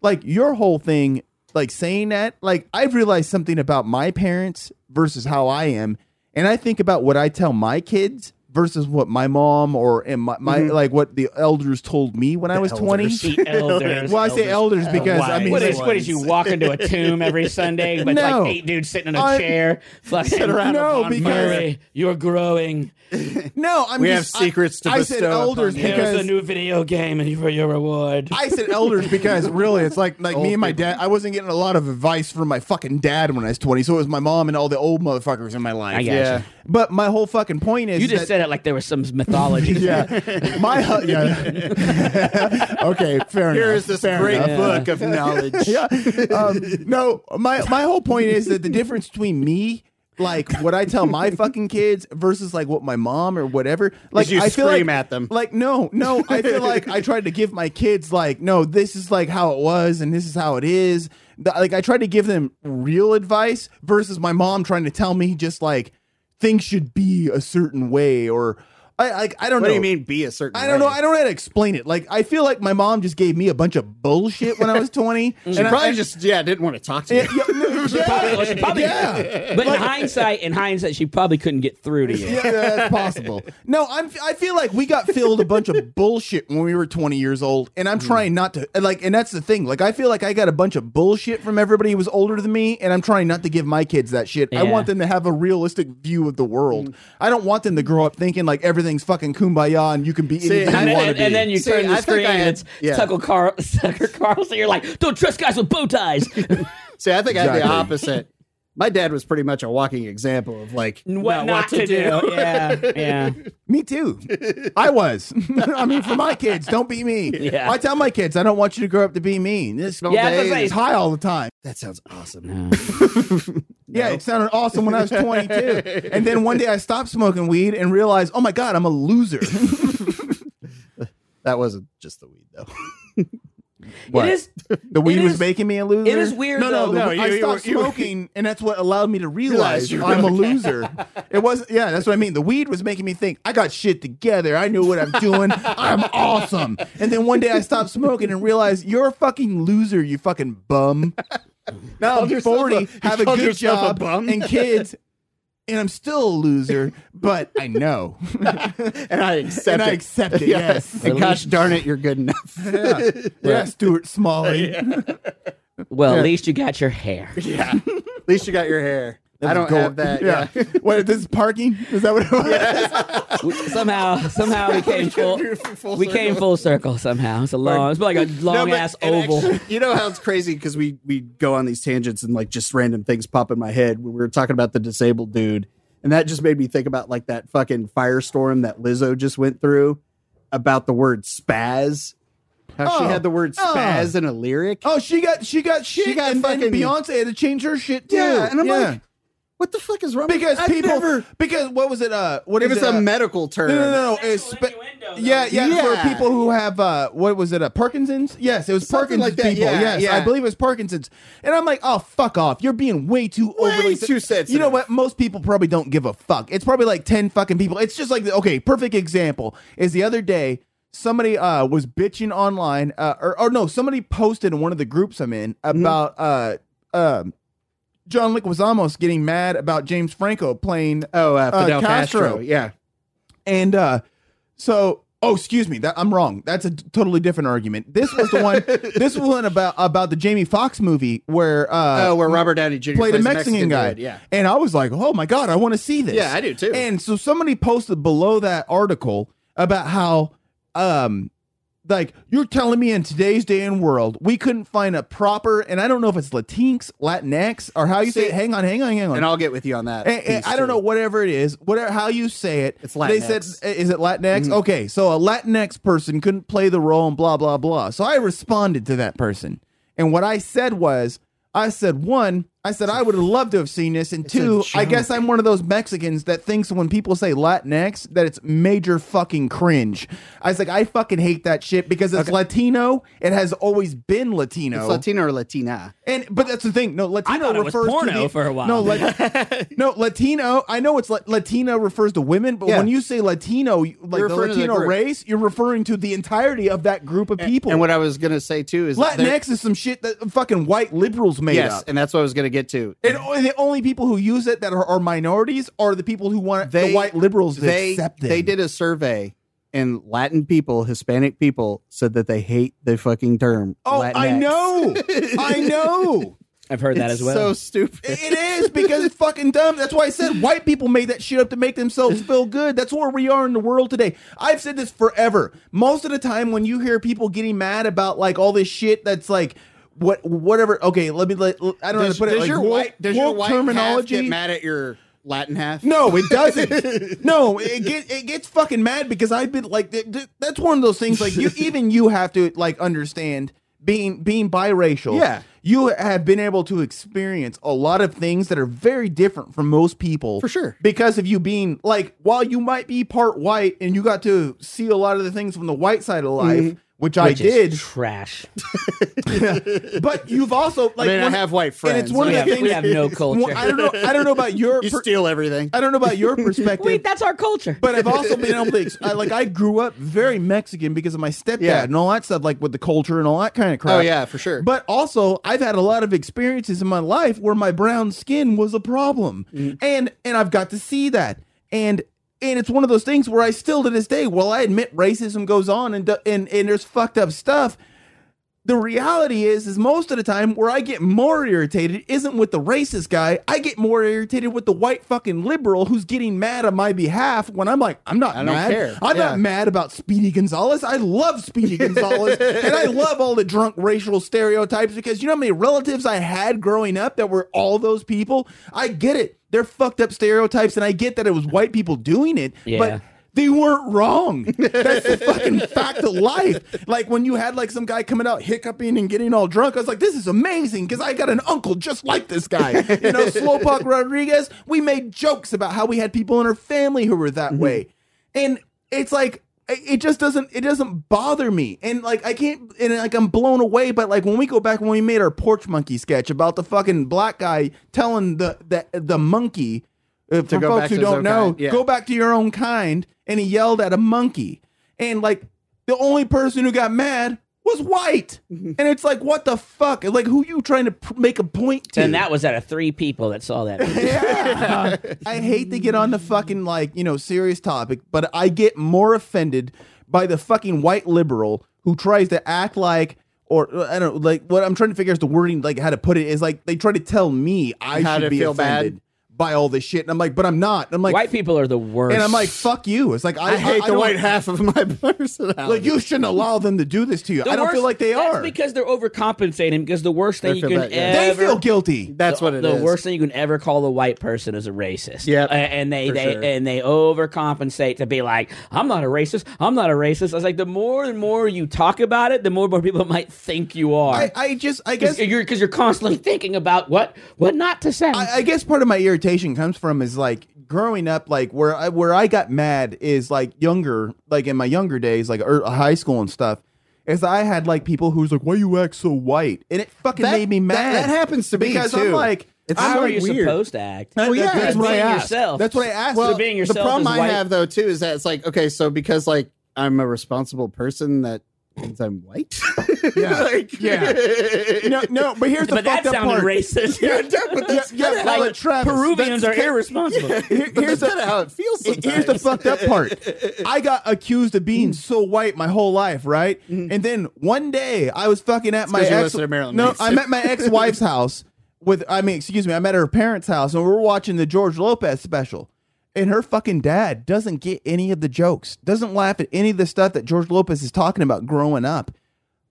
like your whole thing, like saying that, like I've realized something about my parents versus how I am, and I think about what I tell my kids versus what my mom or and my, my
Mm-hmm.
like what the elders told me when I was 20.
the elders.
*laughs*
Well, I say elders because I mean
What
like-
is, what is you walk into a tomb every Sunday, but
No.
like eight dudes sitting in a
I'm-
chair, fucking
no, because
Murray, you're growing.
no, I'm
We
just,
have secrets to
I, I said
bestow upon
elders
you.
because
Here's a new video game and for your reward.
I said elders because really, it's like
Oh,
like me and my dad. I wasn't getting a lot of advice from my fucking dad when I was twenty, so it was my mom and all the old motherfuckers in my life.
I gotcha. Yeah.
But my whole fucking point is
you just
that-
said it like there was some
*laughs*
mythology.
yeah, my hu-
*laughs*
yeah. *laughs* okay, fair enough.
Here is this
fair
great
enough.
book of *laughs*
*laughs*
knowledge.
yeah. Um, no, my my whole point is that the difference between me. Like what I tell my fucking kids versus like what my mom or whatever. Like
you
I feel
scream
like,
at them.
Like no, no. I feel like I tried to give my kids like no, this is like how it was and this is how it is. The- like I tried to give them real advice versus my mom trying to tell me just like things should be a certain way or I like I don't know.
What do you mean be a certain
I don't
way?
know. I don't know how to explain it. Like, I feel like my mom just gave me a bunch of bullshit when I was 20. and
*laughs* She probably
I,
just yeah didn't want to talk to you.
Yeah, yeah,
*laughs*
no, yeah,
Well, she *laughs* probably-
yeah.
But in hindsight, in hindsight, she probably couldn't get through to you.
Yeah, that's possible. No, I'm. I feel like we got filled a bunch of bullshit when we were 20 years old, and
Hmm.
I'm trying not to and, like. And that's the thing. Like, I feel like I got a bunch of bullshit from everybody who was older than me, and I'm trying not to give my kids that shit. I
Yeah. Hmm.
want them to have a realistic view of the world. I don't want them to grow up thinking like everything's fucking kumbaya and you can be anything
I
you
And,
want to
then,
be.
and then you
See,
turn
I
the
think
screen
I had-
and it's
yeah.
Tucker, Carl, *laughs* Tucker Carlson. You're like, don't trust guys with bow ties.
*laughs*
*laughs*
See, I think I had the
Exactly.
opposite. My dad was pretty much a walking example of like
what
not
not, to, do. Yeah, yeah.
Me too. I was. *laughs* I mean, for my kids, don't be me.
Yeah.
I tell my kids, I don't want you to grow up to be mean. This
Yeah, I was
day
gonna say-
is high all the time.
That sounds awesome.
Yeah, it sounded awesome when I was
*laughs*
22. and then one day I stopped smoking weed and realized, oh my God, I'm a
*laughs*
loser.
That wasn't just the weed though.
What?
It is.
the weed
It
was
is-
making me a loser.
it is weird,
No, no,
though.
the-
No,
I
you- you
stopped
were- you were-
smoking, and that's what allowed me to realize
*laughs* you were-
I'm a loser. it wasn't. Yeah, that's what I mean. The weed was making me think I got shit together. I knew what I'm
*laughs*
doing. I'm awesome. And then one day I stopped smoking and realized you're a fucking loser. You fucking
*laughs*
bum. Now I'm 40, have a
called
good
yourself a
job
bum?
and kids, and I'm still a loser. But I
*laughs*
know,
And I accept
and I
it.
accept it.
*laughs* Yeah.
Yes.
And gosh darn it, you're good enough. *laughs*
*laughs* Yeah, Stuart Smalley.
Well, at least you got your hair.
yeah. At least you got your hair. I don't have that. *laughs* Yeah.
*laughs* Wait, this is parking? Is that what it was?
somehow, somehow we came full. we came full circle. Somehow it's a long. It's like a
No,
long
but-
ass
and
oval.
actually- you know how it's crazy because we we go on these tangents and like just random things pop in my head when we were talking about the disabled dude, and that just made me think about like that fucking firestorm that Lizzo just went through about the word spaz. How she
Oh.
had the word
Oh.
spaz in a lyric.
*laughs* Oh, she got she got shit.
She got
and
fucking-
then Beyonce had to change her shit too.
yeah, and I'm like, what the fuck is wrong? with-
because
I've
people
never-
because what was it? Uh, what
it
is
was a
uh,
medical term.
no no no, no it's spe- yeah, yeah
Yeah.
for people who have uh what was it? Uh, Parkinson's? Yes, it was
Something
Parkinson's
like that,
people.
yeah,
yes,
yeah.
I believe it was Parkinson's. And I'm like, oh fuck off! You're being way too
Way
overly
too sensitive.
You know what? Most people probably don't give a fuck. It's probably like ten fucking people. It's just like the- okay, perfect example is the other day. Somebody uh, was bitching online, uh, or, or no, somebody posted in one of the groups I'm in
Mm-hmm.
about uh, um, John Leguizamo's getting mad about
Uh,
James Franco playing
Oh, uh, Fidel
Castro.
Castro. Yeah.
and uh so Oh, excuse me. That I'm wrong. That's a t- totally different argument. This was the
*laughs*
one. this was one about about the Jamie Foxx movie where uh,
Oh, where Robert Downey Jr.
played a
plays
Mexican, guy.
dude, Yeah.
And I was like, oh my god, I want to see this.
Yeah, I do too.
And so somebody posted below that article about how, um, like you're telling me in today's day and world, we couldn't find a proper, and I don't know if it's Latinx, Latinx, or how you say.
See-
it. Hang on, hang on, hang on.
and I'll get with you on that.
And- and
piece,
I don't
too.
know, whatever it is, whatever how you say it.
It's
They
Latinx. Mm-hmm.
said, uh, is it Latinx? Okay, so a Latinx person couldn't play the role and blah blah blah. So I responded to that person, and what I said was, I said one, I said I would have loved to have seen this, and two, I guess I'm one of those Mexicans that thinks when people say Latinx that it's major fucking cringe. I was like, I fucking hate that shit because it's Latino. It has always been Latino.
It's Latino or Latina.
And but that's the thing. No, Latino
thought it was
refers to
porno
the,
for a while.
No, Lat-
*laughs*
no, Latino. I know it's La- Latino refers to women, but
Yeah.
when you say Latino, you- like
You're
the
referring to the
Latino
group.
race, you're referring to the entirety of that group of people.
And what I was gonna say too is that there-
Latinx is some shit that fucking white liberals made
Yes,
up.
and that's what I was gonna get to.
And o- the only people who use it that are, are minorities are the people who want the
They-
white liberals to
they
accept them.
they did a survey and Latin people, Hispanic people said that they hate the fucking term.
Oh, I
Latinx.
know,
*laughs*
I know.
I've heard that
It's
as well.
*laughs* So stupid.
It it is because it's fucking dumb. That's why I said white people made that shit up to make themselves feel good. That's where we are in the world today. I've said this forever. Most of the time, when you hear people getting mad about like all this shit, that's like what whatever. Okay, let me. Let, I don't know how to
does
put it.
does
like,
your
woke-
white does your
woke
white terminology half get mad at your Latin half?
no, it
*laughs*
doesn't. no, it get, it gets fucking mad because I've been like th- th- that's one of those things like
*laughs*
you even you have to like understand being being biracial.
Yeah.
You have been able to experience a lot of things that are very different from most people.
For sure.
Because of you being like while you might be part white and you got to see a lot of the things from the white side of
Mm-hmm.
life, which, I
Which is
did, *laughs*
trash.
but you've also like
I mean, I
one-
have white friends.
and it's one
We
of
have,
the things
we have no culture.
I don't know I don't know about your
*laughs* you
per-
steal everything.
I don't know about
*laughs*
your perspective.
Wait, that's our culture.
But I've also been able to, ex- I, like, I grew up very Mexican because of my stepdad
Yeah.
and all that stuff, like with the culture and all that kind of crap.
Oh yeah, for sure.
But also, I've had a lot of experiences in my life where my brown skin was a problem,
Mm-hmm.
and and I've got to see that, and and it's one of those things where I still to this day, while I admit racism goes on and do- and and there's fucked up stuff. The reality is, is most of the time where I get more irritated isn't with the racist guy. I get more irritated with the white fucking liberal who's getting mad on my behalf when I'm like, I'm not
I don't
mad.
care.
I'm
Yeah.
not mad about Speedy Gonzalez. I love Speedy Gonzalez, and I love all the drunk racial stereotypes because you know how many relatives I had growing up that were all those people. I get it; they're fucked up stereotypes, and I get that it was white people doing it,
Yeah.
but. They weren't wrong. That's the fucking fact of life. Like when you had like some guy coming out hiccuping and getting all drunk, I was like, "This is amazing" because I got an uncle just like this guy. You know, Slowpoke Rodriguez. We made jokes about how we had people in our family who were
Mm-hmm.
that way and it's like it it just doesn't it doesn't bother me and like i can't and like i'm blown away but like when we go back when we made our porch monkey sketch about the fucking black guy telling the the, the monkey uh, for
go
folks
back
who
to his
don't
own
know
kind, yeah.
go back to your own kind and he yelled at a monkey and like the only person who got mad was white
Mm-hmm.
and it's like what the fuck like who you trying to pr- make a point to
and that was out of three people that saw that. video.
*laughs* yeah. I hate to get on the fucking like, you know, serious topic, but I get more offended by the fucking white liberal who tries to act like or uh, I don't know, like what I'm trying to figure out the wording like how to put it is like they try to tell me I
How
should
to
be
feel bad.
offended by all this shit. And I'm like, but I'm not. And I'm like
White people are the worst.
and I'm like, fuck you. It's like I,
I hate the
don't-
white half of my *laughs* personality.
Like you shouldn't allow them to do this to you.
The
I don't
worst-
feel like they
that's
are.
because they're overcompensating. Because the worst thing
They
you
feel
can
that, yeah.
they
ever
feel guilty.
That's what it is.
the worst thing you can ever call a white person is a racist.
Yep,
A- and they
for
they
sure.
and they overcompensate to be like, I'm not a racist. I'm not a racist. I was like, the more and more you talk about it, the more and more people *laughs* might think you
I,
are.
I just I guess
Because you're because you're constantly thinking about what what not to say.
I, I guess part of my irritation comes from is like growing up, like where I, where I got mad is like younger, like in my younger days, like er, high school and stuff. Is I had like people who's like, "Why you act so white?" and it fucking
That-
made me
that-
mad.
that happens to me,
because I'm
too.
like,
It's
I'm
How are
like
you
weird. *laughs*
supposed to act?
Well, yeah,
That's
that's what I
being
asked.
yourself.
That's what I asked.
So
Well,
being
the
yourself
problem
is
I
white.
have though too is that it's like okay, so because like I'm a responsible person that means I'm white. *laughs*
Yeah. yeah. No, no, but here's the
but that
fucked up
sounded
part.
racist. Yeah, *laughs*
yeah,
like,
like Travis,
Peruvians
that's- *laughs*
are irresponsible.
Here- here's the,
how it *laughs* feels.
It- Here's the fucked up
*laughs*
part. I got accused of
Mm.
being so white my whole life, right? And then one day I was fucking at my
'cause Mm-hmm. you
ex.
listen to Marilyn
no,
Manson.
I'm at my ex
*laughs*
wife's house with. I mean, excuse me. I'm at her parents' house, and we're watching the George Lopez special. And her fucking dad doesn't get any of the jokes. Doesn't laugh at any of the stuff that George Lopez is talking about growing up.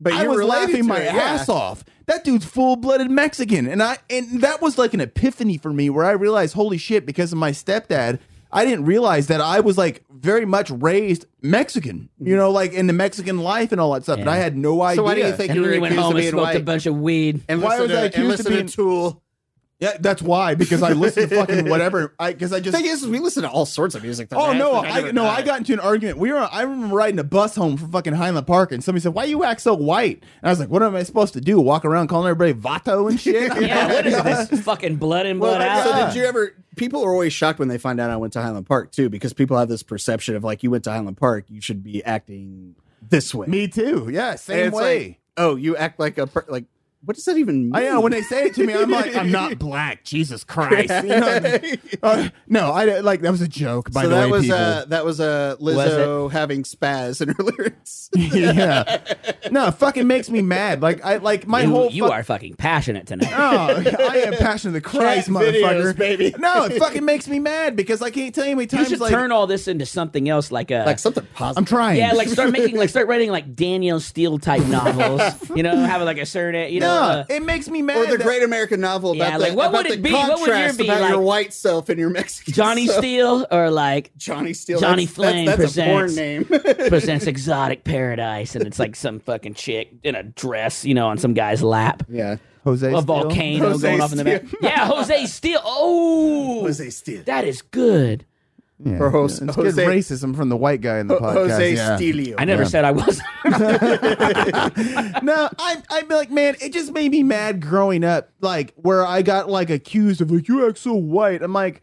But
I
you're
was
related
laughing
to
my
it, yeah.
ass off. That dude's full blooded Mexican, and I and that was like an epiphany for me where I realized, holy shit, because of my stepdad, I didn't realize that I was like very much raised Mexican, you know, like in the Mexican life and all that stuff. And I had no idea.
So why do you think
and
you
then
were
he went
accused
home
of
and
being
smoked a
white?
bunch of weed.
And
Why
listen
was I
to-
accused of
and listen
being-
to Tool?
Yeah, that's why because I
*laughs*
listened to fucking whatever. I because I just.
thing is, we listen to all sorts of music.
Oh no!
I
I, no, I got into an argument. We were. I remember riding a bus home from fucking Highland Park, and somebody said, "Why you act so white?" And I was like, "What am I supposed to do? Walk around calling everybody vato and shit?"
Yeah, what is this *laughs* fucking blood in blood out?
So did you ever? People are always shocked when they find out I went to Highland Park too, because people have this perception of like you went to Highland Park, you should be acting this way.
Me too. Yeah,
And
same
it's
way.
like, oh, you act like a per- like. What does that even mean?
I know when they say it to me, I'm like, I'm
*laughs*
not black. Jesus Christ. You know what I mean? Uh, no, I don't- like that was a joke. By
so
the
that
way,
was
people.
uh, that was uh,
it?
Lizzo having spaz in her *laughs* lyrics.
*laughs* yeah. No, it fucking makes me mad. Like I like my
you,
whole.
you
fuck-
are fucking passionate tonight.
*laughs* Oh, I am passion of the Christ,
Cat
motherfucker.
videos, baby.
No, it fucking makes me mad because I can't tell you how many
you
times
should
like
turn all this into something else, like a
like something positive.
I'm trying.
yeah, like start making like start writing like Daniel Steele type novels. you know, have like a certain
*laughs*
you
no,
know. uh,
it makes me mad.
or the
that-
great American novel about
Yeah,
the,
like, what
about
would
the
it be? What would
contrast
your be
about your
like?
white self and your Mexican
Johnny
self.
Steele or like
*laughs* Johnny Steele.
Johnny
that's, that's-
Flame
that's, a porn name.
presents- *laughs* presents exotic paradise, and it's like some fucking chick in a dress, you know, on some guy's lap.
yeah,
Jose
A
Steele?
volcano
Jose
going off in the back.
Steele.
Yeah, Jose Steele. Oh,
Jose Steele.
that is good.
*laughs* Yeah,
Or Jose-
yeah. It's
Jose-
good racism from the white guy in the podcast.
Jose
yeah.
Steelio.
I never said I was. *laughs*
no, I I be like, man, it just made me mad growing up, like where I got like accused of like you act so white. I'm like,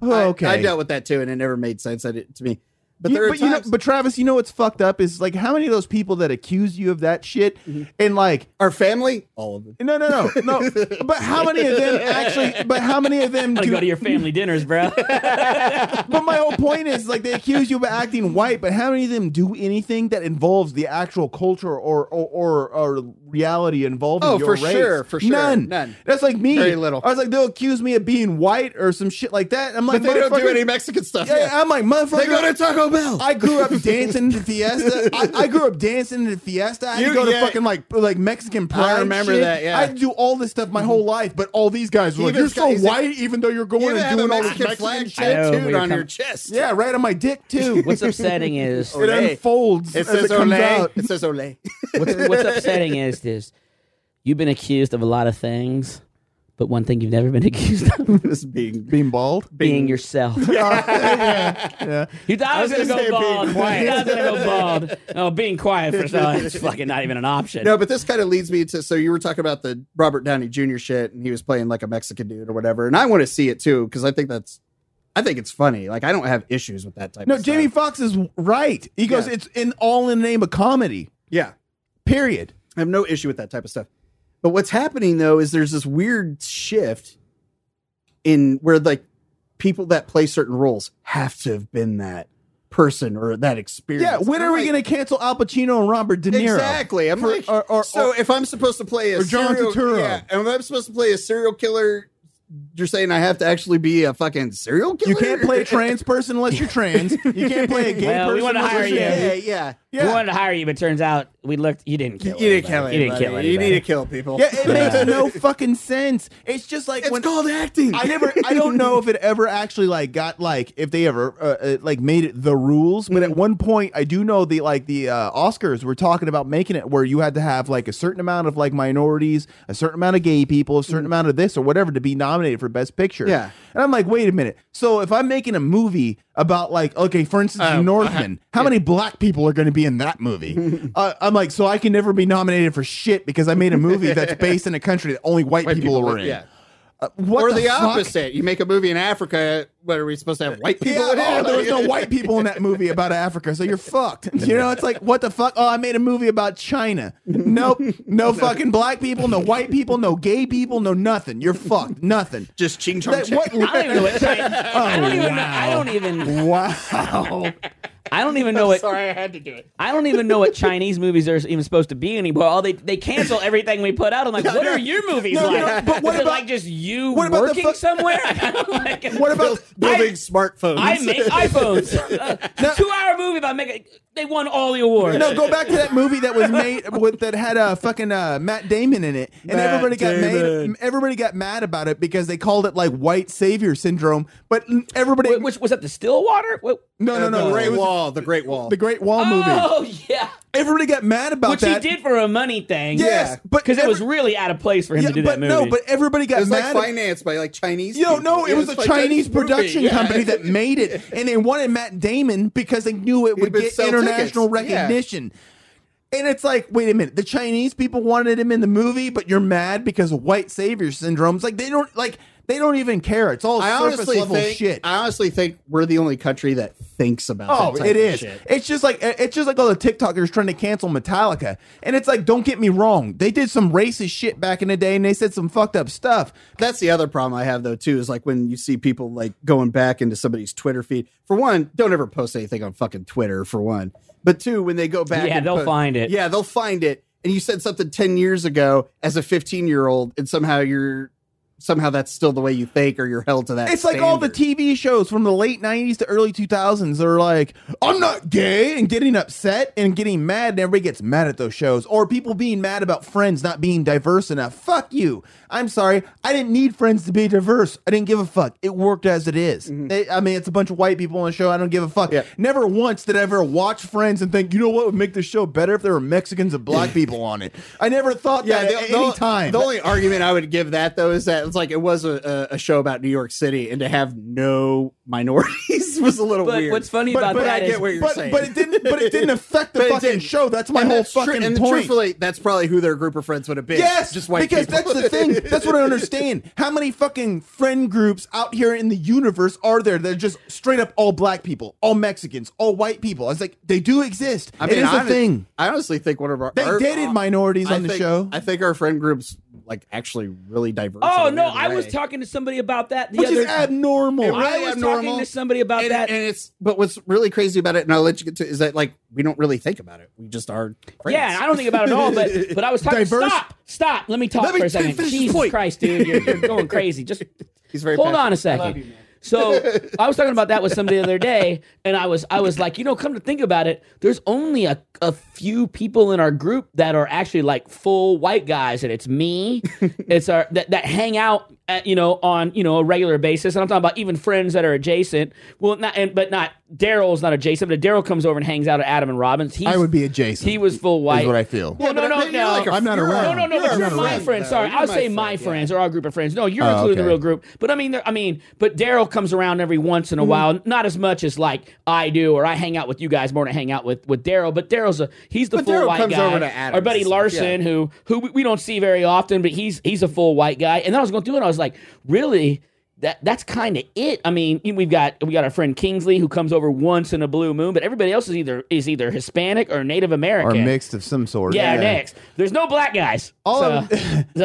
oh,
I-
okay.
I, dealt with that too, and it never made sense I did- to me. But
You-
there are
you know,
times
but Travis, you know what's fucked up is like how many of those people that accuse you of that shit
Mm-hmm.
and like
our family, all of them.
no no no
*laughs*
no but how many of them actually but how many of them
I
do
go to your family dinners, bro.
but my whole point is like they accuse you of acting white, but how many of them do anything that involves the actual culture or or or, or reality involving
Oh,
your
for
race?
sure, for sure,
none,
none.
That's like me.
Very little.
I was like, they'll accuse me of being white or some shit like that. I'm like,
But they don't do
motherfucker-
any Mexican stuff.
Yeah, I'm like, motherfucker.
They go to Taco Bell.
I grew up dancing to Fiesta. I, I grew up dancing to Fiesta. I had to
You-
go to
yeah.
fucking like like Mexican pride.
remember
shit.
that, yeah. Mhm.
I had to do all this stuff my whole life, but all these guys were like,
Even
"You're
Scott-
so
he's like-
white, even though you're going
you
and
have
doing
a
all this
Mexican,
Mexican
flag
shit."
where
tattooed
you're
on your
coming-
chest.
Yeah, right on my dick too.
*laughs* What's upsetting is
it
Olay.
unfolds
It
as it
says
comes
Olay.
out.
It says Olay.
what's, what's upsetting is this: you've been accused of a lot of things, but one thing you've never been *laughs* accused of
This being
Being bald.
being yourself. *laughs* You thought I was,
was gonna
gonna, go
say being
bald. You
quiet.
thought I was gonna go bald. Oh, being
*laughs*
quiet for so it's fucking not even an
*laughs*
option.
no, but this kind of leads me to. So you were talking about the Robert Downey Jr. shit, and he was playing like a Mexican dude or whatever, and I want to see it too because I think that's, I think it's funny. Like I don't have issues with that type.
No,
of
Jamie
Stuff.
Foxx is right. He goes,
Yeah.
it's in all in the name of comedy.
Yeah,
Period.
I have no issue with that type of stuff. But what's happening though is there's this weird shift in where like people that play certain roles have to have been that person or that experience.
Yeah. When
I'm
are we
like,
going to cancel Al Pacino and Robert De Niro?
Exactly. I'm
For-
like,
or- or-
so
or-
if I'm supposed to play a
or John
serial,
Turturro.
yeah, and if I'm supposed to play a serial killer, you're saying I have to actually be a fucking serial killer.
You can't
*laughs*
play a trans person unless you're
*laughs*
trans. You can't play a gay
Well,
person.
we wanna
unless
hire
you're
you.
gay.
Yeah, yeah.
We
Yeah.
wanted to hire you, but turns out we looked. You didn't
You
kill.
need to kill
anybody. You didn't kill
anybody. You need
anybody.
to kill people.
Yeah, it
*laughs*
makes no fucking sense. It's just like
it's
when
called acting.
I never, I don't know if it ever actually like got like if they ever uh, uh, like made it the rules, but
Mm.
at one point I do know the like the uh, Oscars were talking about making it where you had to have like a certain amount of like minorities, a certain amount of gay people, a
Mm.
certain amount of this or whatever to be nominated for Best Picture.
Yeah.
and I'm like, wait a minute. So if I'm making a movie about like okay, for instance, Northman, how many black people are going to be in that movie? uh, I'm like, so I can never be nominated for shit because I made a movie that's based in a country that only white, people,
people,
were in.
yeah.
Uh, what
or
the,
the,
fuck?
opposite. You make a movie in Africa. What are we supposed to have white people
Yeah,
in
oh,
it?
there was
*laughs*
no white people in that movie about Africa, so you're fucked. You know, it's like what the fuck? Oh, I made a movie about China. Nope, no fucking black people, no white people, no gay people, no nothing. You're fucked. Nothing.
Just ching chong.
That-
*laughs*
*laughs* what-
I don't even know what China. I don't even. Know, I don't even.
Wow.
I don't even
*laughs*
know what.
Sorry, I had to do it.
I don't even know
*laughs*
what Chinese movies are even supposed to be anymore. All they they cancel everything we put out. I'm like, what
no.
are your movies
No,
like?
no, but what
Is it
about-
like just you
what about the
working
fuck- *laughs*
somewhere? *laughs* I don't like it.
What about
Building
I-
smartphones.
I
*laughs*
*laughs*
make iPhones. Uh, two hour movie about making. They won all the awards.
No, go back to that movie that was
*laughs*
made with, that had uh, fucking uh, Matt Damon in it, and
Matt
everybody got
Damon.
made. Everybody got mad about it because they called it like white savior syndrome. But everybody,
Wait, which was that the Stillwater? What?
no, no, no,
the
it
Great
was
Wall. The Great Wall.
the Great Wall movie.
Oh yeah,
Everybody got mad about
which
that.
he did for a money thing.
Yes, but
because it was
every-
really out of place for him
Yeah,
to do
but
that movie.
no, but everybody got
it was like
mad. at-
financed by like Chinese.
you don't
people.
know. It, was, a
like
Chinese
movie,
production
yeah. *laughs*
company that made it, and they wanted Matt Damon because they knew it would
would
get
sell
international
tickets, yeah.
recognition. And it's like, wait a minute, the Chinese people wanted him in the movie, but you're mad because of white savior syndrome. It's like they don't like they don't even care. It's all
I
surface
honestly
level
think.
shit.
I honestly think we're the only country that thinks about.
Oh,
that type
it
of
is.
shit.
It's just like it's just like all the TikTokers trying to cancel Metallica, and it's like, don't get me wrong, they did some racist shit back in the day, and they said some fucked up stuff.
That's the other problem I have though too is like when you see people like going back into somebody's Twitter feed. For one, don't ever post anything on fucking Twitter. For one, but two, when they go back,
Yeah,
and
they'll
po-
find it.
Yeah, they'll find it. And you said something ten years ago as a fifteen year old, and somehow you're somehow that's still the way you think, or you're held to that.
It's like all the
standard.
TV shows from the late 90s to early 2000s. They're like, I'm not gay, and getting upset and getting mad, and everybody gets mad at those shows. Or people being mad about friends not being diverse enough. Fuck you. I'm sorry. I didn't need friends to be diverse. I didn't give a fuck. It worked as it is. They- I mean, it's a bunch of white people on the show. I don't give a fuck.
Mm-hmm. Yeah.
Never once did I ever watch Friends and think, you know what would make this show better if there were Mexicans and
*laughs*
black people on it. I never thought
Yeah,
that
the,
at
the-
any time.
The only argument I would give that though is that it's like it was a, a, a show about New York City, and to have no minorities *laughs* was a little
But
weird.
what's funny about
but
that
I get
is-
what you're
but,
saying.
but it didn't. But it
*laughs*
didn't affect the
But it
fucking
didn't.
show. That's my
And
whole
that's tru-
fucking
and
point.
truthfully, that's probably who their group of friends would have been.
Yes,
just white
because
people.
that's the thing. That's what I
*laughs*
understand. How many fucking friend groups out here in the universe are there that are just straight up all black people, all Mexicans, all white people? I was like, they do exist. it is a
hon-
thing.
I honestly think one of our
They
our- uh,
dated minorities
I
on the
think-
show.
I think our friend groups like actually really diverse.
oh
in a
no,
weird
I was
way.
talking to somebody about that the
which
other.
is abnormal.
It really
I was
abnormal.
talking to somebody about
and,
that.
and it's but what's really crazy about it, and I'll let you get to is that like we don't really think about it. We just are. Friends.
Yeah, I don't think about it at all, but but I was talking.
Diverse-
Stop, stop. Let me talk
Let me
for a second.
finish this
Jesus
point.
Christ, dude, you're, you're going crazy. Just
He's very
hold
passionate.
on a second. So I was talking about that with somebody the other day, and I was I was like, you know, come to think about it, there's only a, a few people in our group that are actually like full white guys, and it's
*laughs*
me, it's our that, that hang out, at, you know, on you know a regular basis, and I'm talking about even friends that are adjacent. Well, not and but not Daryl's not adjacent, but Daryl comes over and hangs out at Adam and Robin's. He's,
I would be adjacent.
He was full white.
is what I feel.
Well, no,
But
no,
I mean, you're
no.
like a-
I'm not
you're a-
around.
No, no, no,
you're
but you're
a
my
friend,
friend.
though.
Sorry,
You're
I'll say
friend,
my
yeah.
friends or our group of friends. No, you're
Oh,
included in
okay.
the real group. But I mean, there- I mean, but Daryl comes around every once in
Mm-hmm.
a while. Not as much as like I do, or I hang out with you guys more than I hang out with with Daryl. But Daryl's a he's the
But
full
Daryl
white
comes
guy.
over to Adam
our buddy
and stuff,
Larson, who who we, we don't see very often, but he's he's a full white guy. And then I was going through it, I was like, really. That, that's kind of it. I mean, we've got we got our friend Kingsley who comes over once in a blue moon, but everybody else is either is either Hispanic or Native
Or
American
mixed of some sort.
yeah, next. There's no black guys.
All
*laughs* so,
of-
so,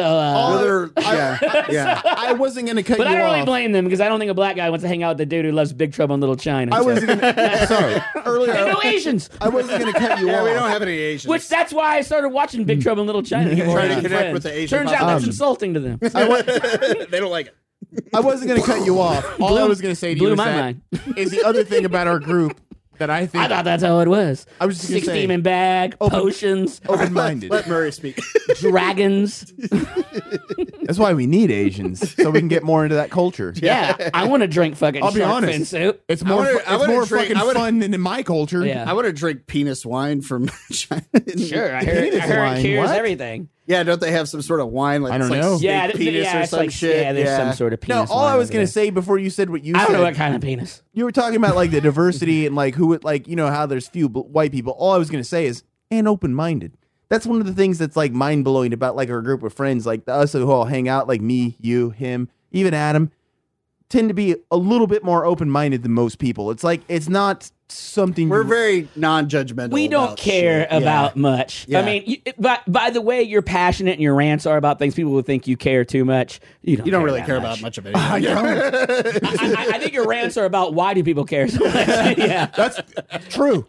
*laughs*
uh,
Other, yeah, yeah. I wasn't gonna cut
but
you
I don't really
off.
blame them because I don't think a black guy wants to hang out with the dude who loves Big Trouble in Little China.
I wasn't *laughs* gonna. sorry, earlier.
and no Asians.
*laughs* I wasn't gonna cut *laughs* you
Yeah,
off.
we don't have any Asians.
Which that's why I started watching
Hmm.
Big Trouble in
*laughs*
Little China. to get more
Trying to
Asian
connect
friends.
with the Asian
Turns out that's
population.
insulting
*laughs*
to them.
I wa-
*laughs* they don't like it.
I wasn't going to cut you off. *laughs* All I
Blew-
was going to say to
blew
you is,
my
that- *laughs*
mind.
is the other thing about our group that I think
I thought that's how it was.
I was just gonna
six
say-
demon bag, potions,
Oh, open-minded.
Let Murray speak.
dragons.
That's why we need Asians so we can get more into that *laughs* culture.
Yeah, I want to drink fucking
I'll be
shark
honest.
fin soup.
It's more
would've-
fu-
I
it's
would've
more
drink- I
fucking
would've-
fun than in my culture.
Yeah.
*laughs* I want to drink penis wine from *laughs* China.
Sure, I heard, I
Penis
heard
wine,
it cures
what?
everything.
Yeah, don't they have some sort of wine? Like
I don't
it's like
know.
snake
Yeah, th-
penis
yeah,
or
it's
some
like
shit.
yeah, there's
Yeah.
some sort of penis.
No, all I
line
was
over
going
there.
to say before you said what you
I
said,
don't know what kind of penis.
you were talking about
*laughs*
like the diversity and like who, it like, you know, how there's few bl- white people. All I was going to say is, and open minded. That's one of the things that's like mind blowing about like our group of friends, like us who all hang out, like me, you, him, even Adam, tend to be a little bit more open minded than most people. It's like it's not something
We're
you-
very non-judgmental.
We don't
about
care
shit. Yeah.
about much. I
Yeah.
mean, you, by, by the way, you're passionate and your rants are about things people would think you care too much. You don't,
You don't really
that
care
much.
about much
*laughs*
of anything.
I, I- I think your rants are about why do people care so much. yeah, that's
true.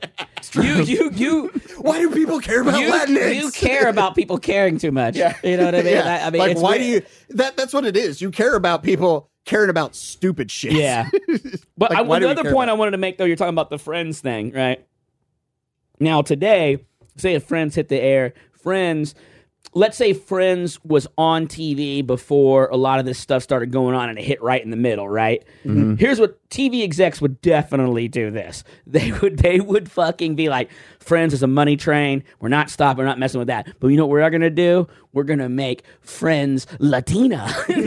you. You you
why *laughs* do people care about
you,
Latinx?
you care about people caring too much. You
*laughs*
know what I mean? That- I mean,
like,
it's
why
weird.
do you? That that's what it is. You care about people caring about stupid shit.
Yeah. But
Like,
I,
why do
the
we
other
care
point
about
I wanted to make, though, you're talking about the friends thing, right? Now, today, say if friends hit the air, friends, let's say friends was on TV before a lot of this stuff started going on and it hit right in the middle, right?
Mm-hmm.
Here's what TV execs would definitely do this. *laughs* They would they would fucking be like, friends is a money train. We're not stopping, we're not messing with that. But you know what we're gonna do? We're gonna make friends Latina. *laughs* you know,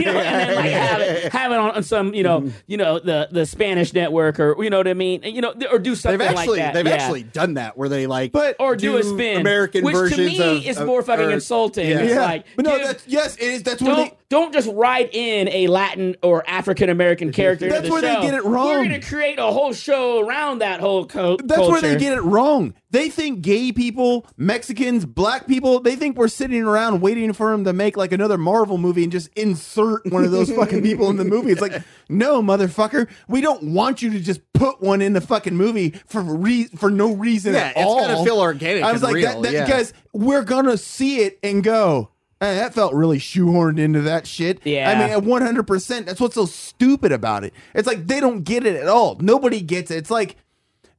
*laughs*
and then like have it have it on, on some, you know, you know, the the Spanish network or you know what I mean? You know, or do
*laughs*
something
They've actually
like that.
they've
yeah.
actually done that where they like
But-
or do, a spin
American
which
versions
to me
of-
is
of-
more fucking
or-
insulting.
yeah.
It's
Yeah.
like,
but no,
dude,
that's yes, it is. That's what
don't
they.
don't just write in a Latin or
*laughs*
African American character. into
That's
the
where they
show.
get it wrong.
We're gonna create a whole show around that whole co-
That's
culture.
where they get it wrong. They think gay people, Mexicans, black people, they think we're sitting around waiting for them to make like another Marvel movie and just insert one
*laughs*
of those fucking people in the movie. It's like, no, motherfucker, we don't want you to just put one in the fucking movie for re- for no reason
Yeah,
at
it's
all.
gotta feel organic
I was
and
like,
real,
that, that,
yeah.
guys, we're gonna see it and go. "Eh, that felt really shoehorned into that shit.
Yeah.
I mean, at 100%. That's what's so stupid about it. It's like they don't get it at all. Nobody gets it. It's like,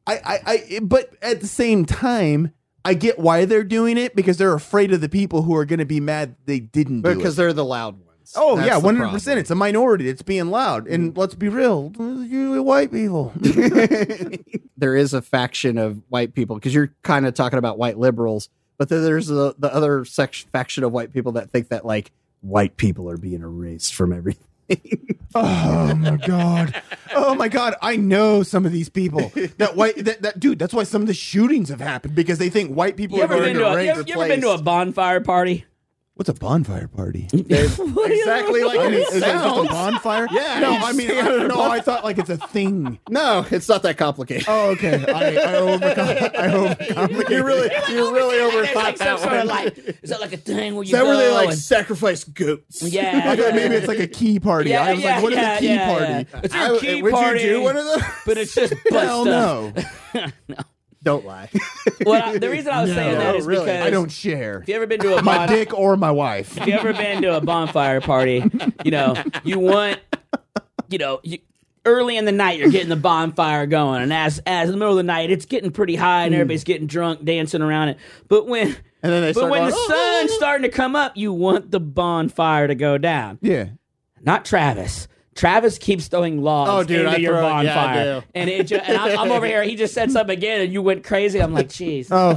I, I, I, but at the same time, I get why they're doing it because they're afraid of the people who are going to be mad they didn't do
because
it.
they're the loud ones.
Oh
That's
yeah,
the
one hundred percent.
problem.
It's a minority. It's being loud, and let's be real, it's usually white people. *laughs*
there is a faction of white people because you're kind of talking about white liberals, but then there's the, the other section, faction of white people that think that like white people are being erased from everything.
oh my god, oh my god. I know some of these people. *laughs* That white, that, that dude. That's why some of the shootings have happened because they think white people are
You ever,
going
been
to
to a,
rank
you, ever, you ever been to a
*laughs*
bonfire party?
What's a bonfire
*laughs*
party?
exactly
*laughs*
like it
Is that just a
sounds.
bonfire?
Yeah,
No,
you
I mean,
see it on
I, no,
a bonfire.
I thought like it's a thing.
No, it's not that complicated.
Oh, okay. I, I overcom- I overcomplicated.
*laughs* you really, you really
There's
overthought
like "Oh some
that
sort
one.
of like, is that like a thing where you
Is that
go
where they like
and-
sacrifice
*laughs*
goats?
*laughs* yeah,
I thought
yeah.
maybe it's like a key party.
*laughs* yeah,
I was
yeah,
like, what is
yeah,
a key
yeah,
party?
yeah. It's your
I,
key
would
party,
you do one of those?
but it's just
*laughs*
butt
Hell
stuff.
no.
Don't lie.
Well, I- the reason I was saying that
No,
is
Oh, really,
because
I don't share
If you ever
*laughs*
been to a
my
bonfire,
dick or my wife.
if you ever been to a bonfire party, you know, you want, you know, you, early in the night you're getting the bonfire going, and as as in the middle of the night it's getting pretty high and everybody's getting drunk, dancing around it. But when
And then Hmm. they
but
start
when
going,
the
"Oh,
sun's starting to come up, you want the bonfire to go down.
*laughs* Yeah.
Not Travis. Travis keeps throwing logs
Oh, dude,
into
I
your
throw- yeah, I
bonfire,
do.
and it ju- and I'm, I'm over here. He just said something again, and you went crazy. I'm like, jeez, *laughs*
Oh,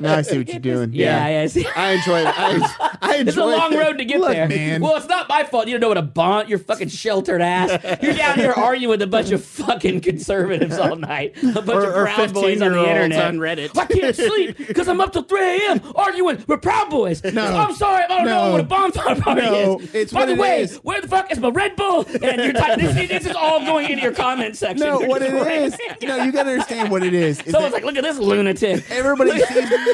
now I see what you're doing.
yeah, yeah. see-
I enjoy it. I, I enjoy
It's a long
it.
road to get
Look,
there.
man.
Well, it's not my fault. You don't know what a bond. You're fucking sheltered ass. You're down here arguing with a bunch of fucking conservatives all night. A bunch
Or-
of
or
Proud Boys on the
15-year-olds
internet.
on Reddit.
I can't sleep because I'm up till 3 a.m. arguing with Proud Boys. No. I'm sorry. I don't know
No.
what a bonfire party
No.
is.
It's
By
what
the
it
way,
is.
where the fuck is my Red Bull? And you're typing this, this is all going into your comment section.
No,
You're
what
just
it
writing-
is.
*laughs*
No, you gotta understand what it is. is
Someone's
that
like, look at this lunatic. *laughs*
everybody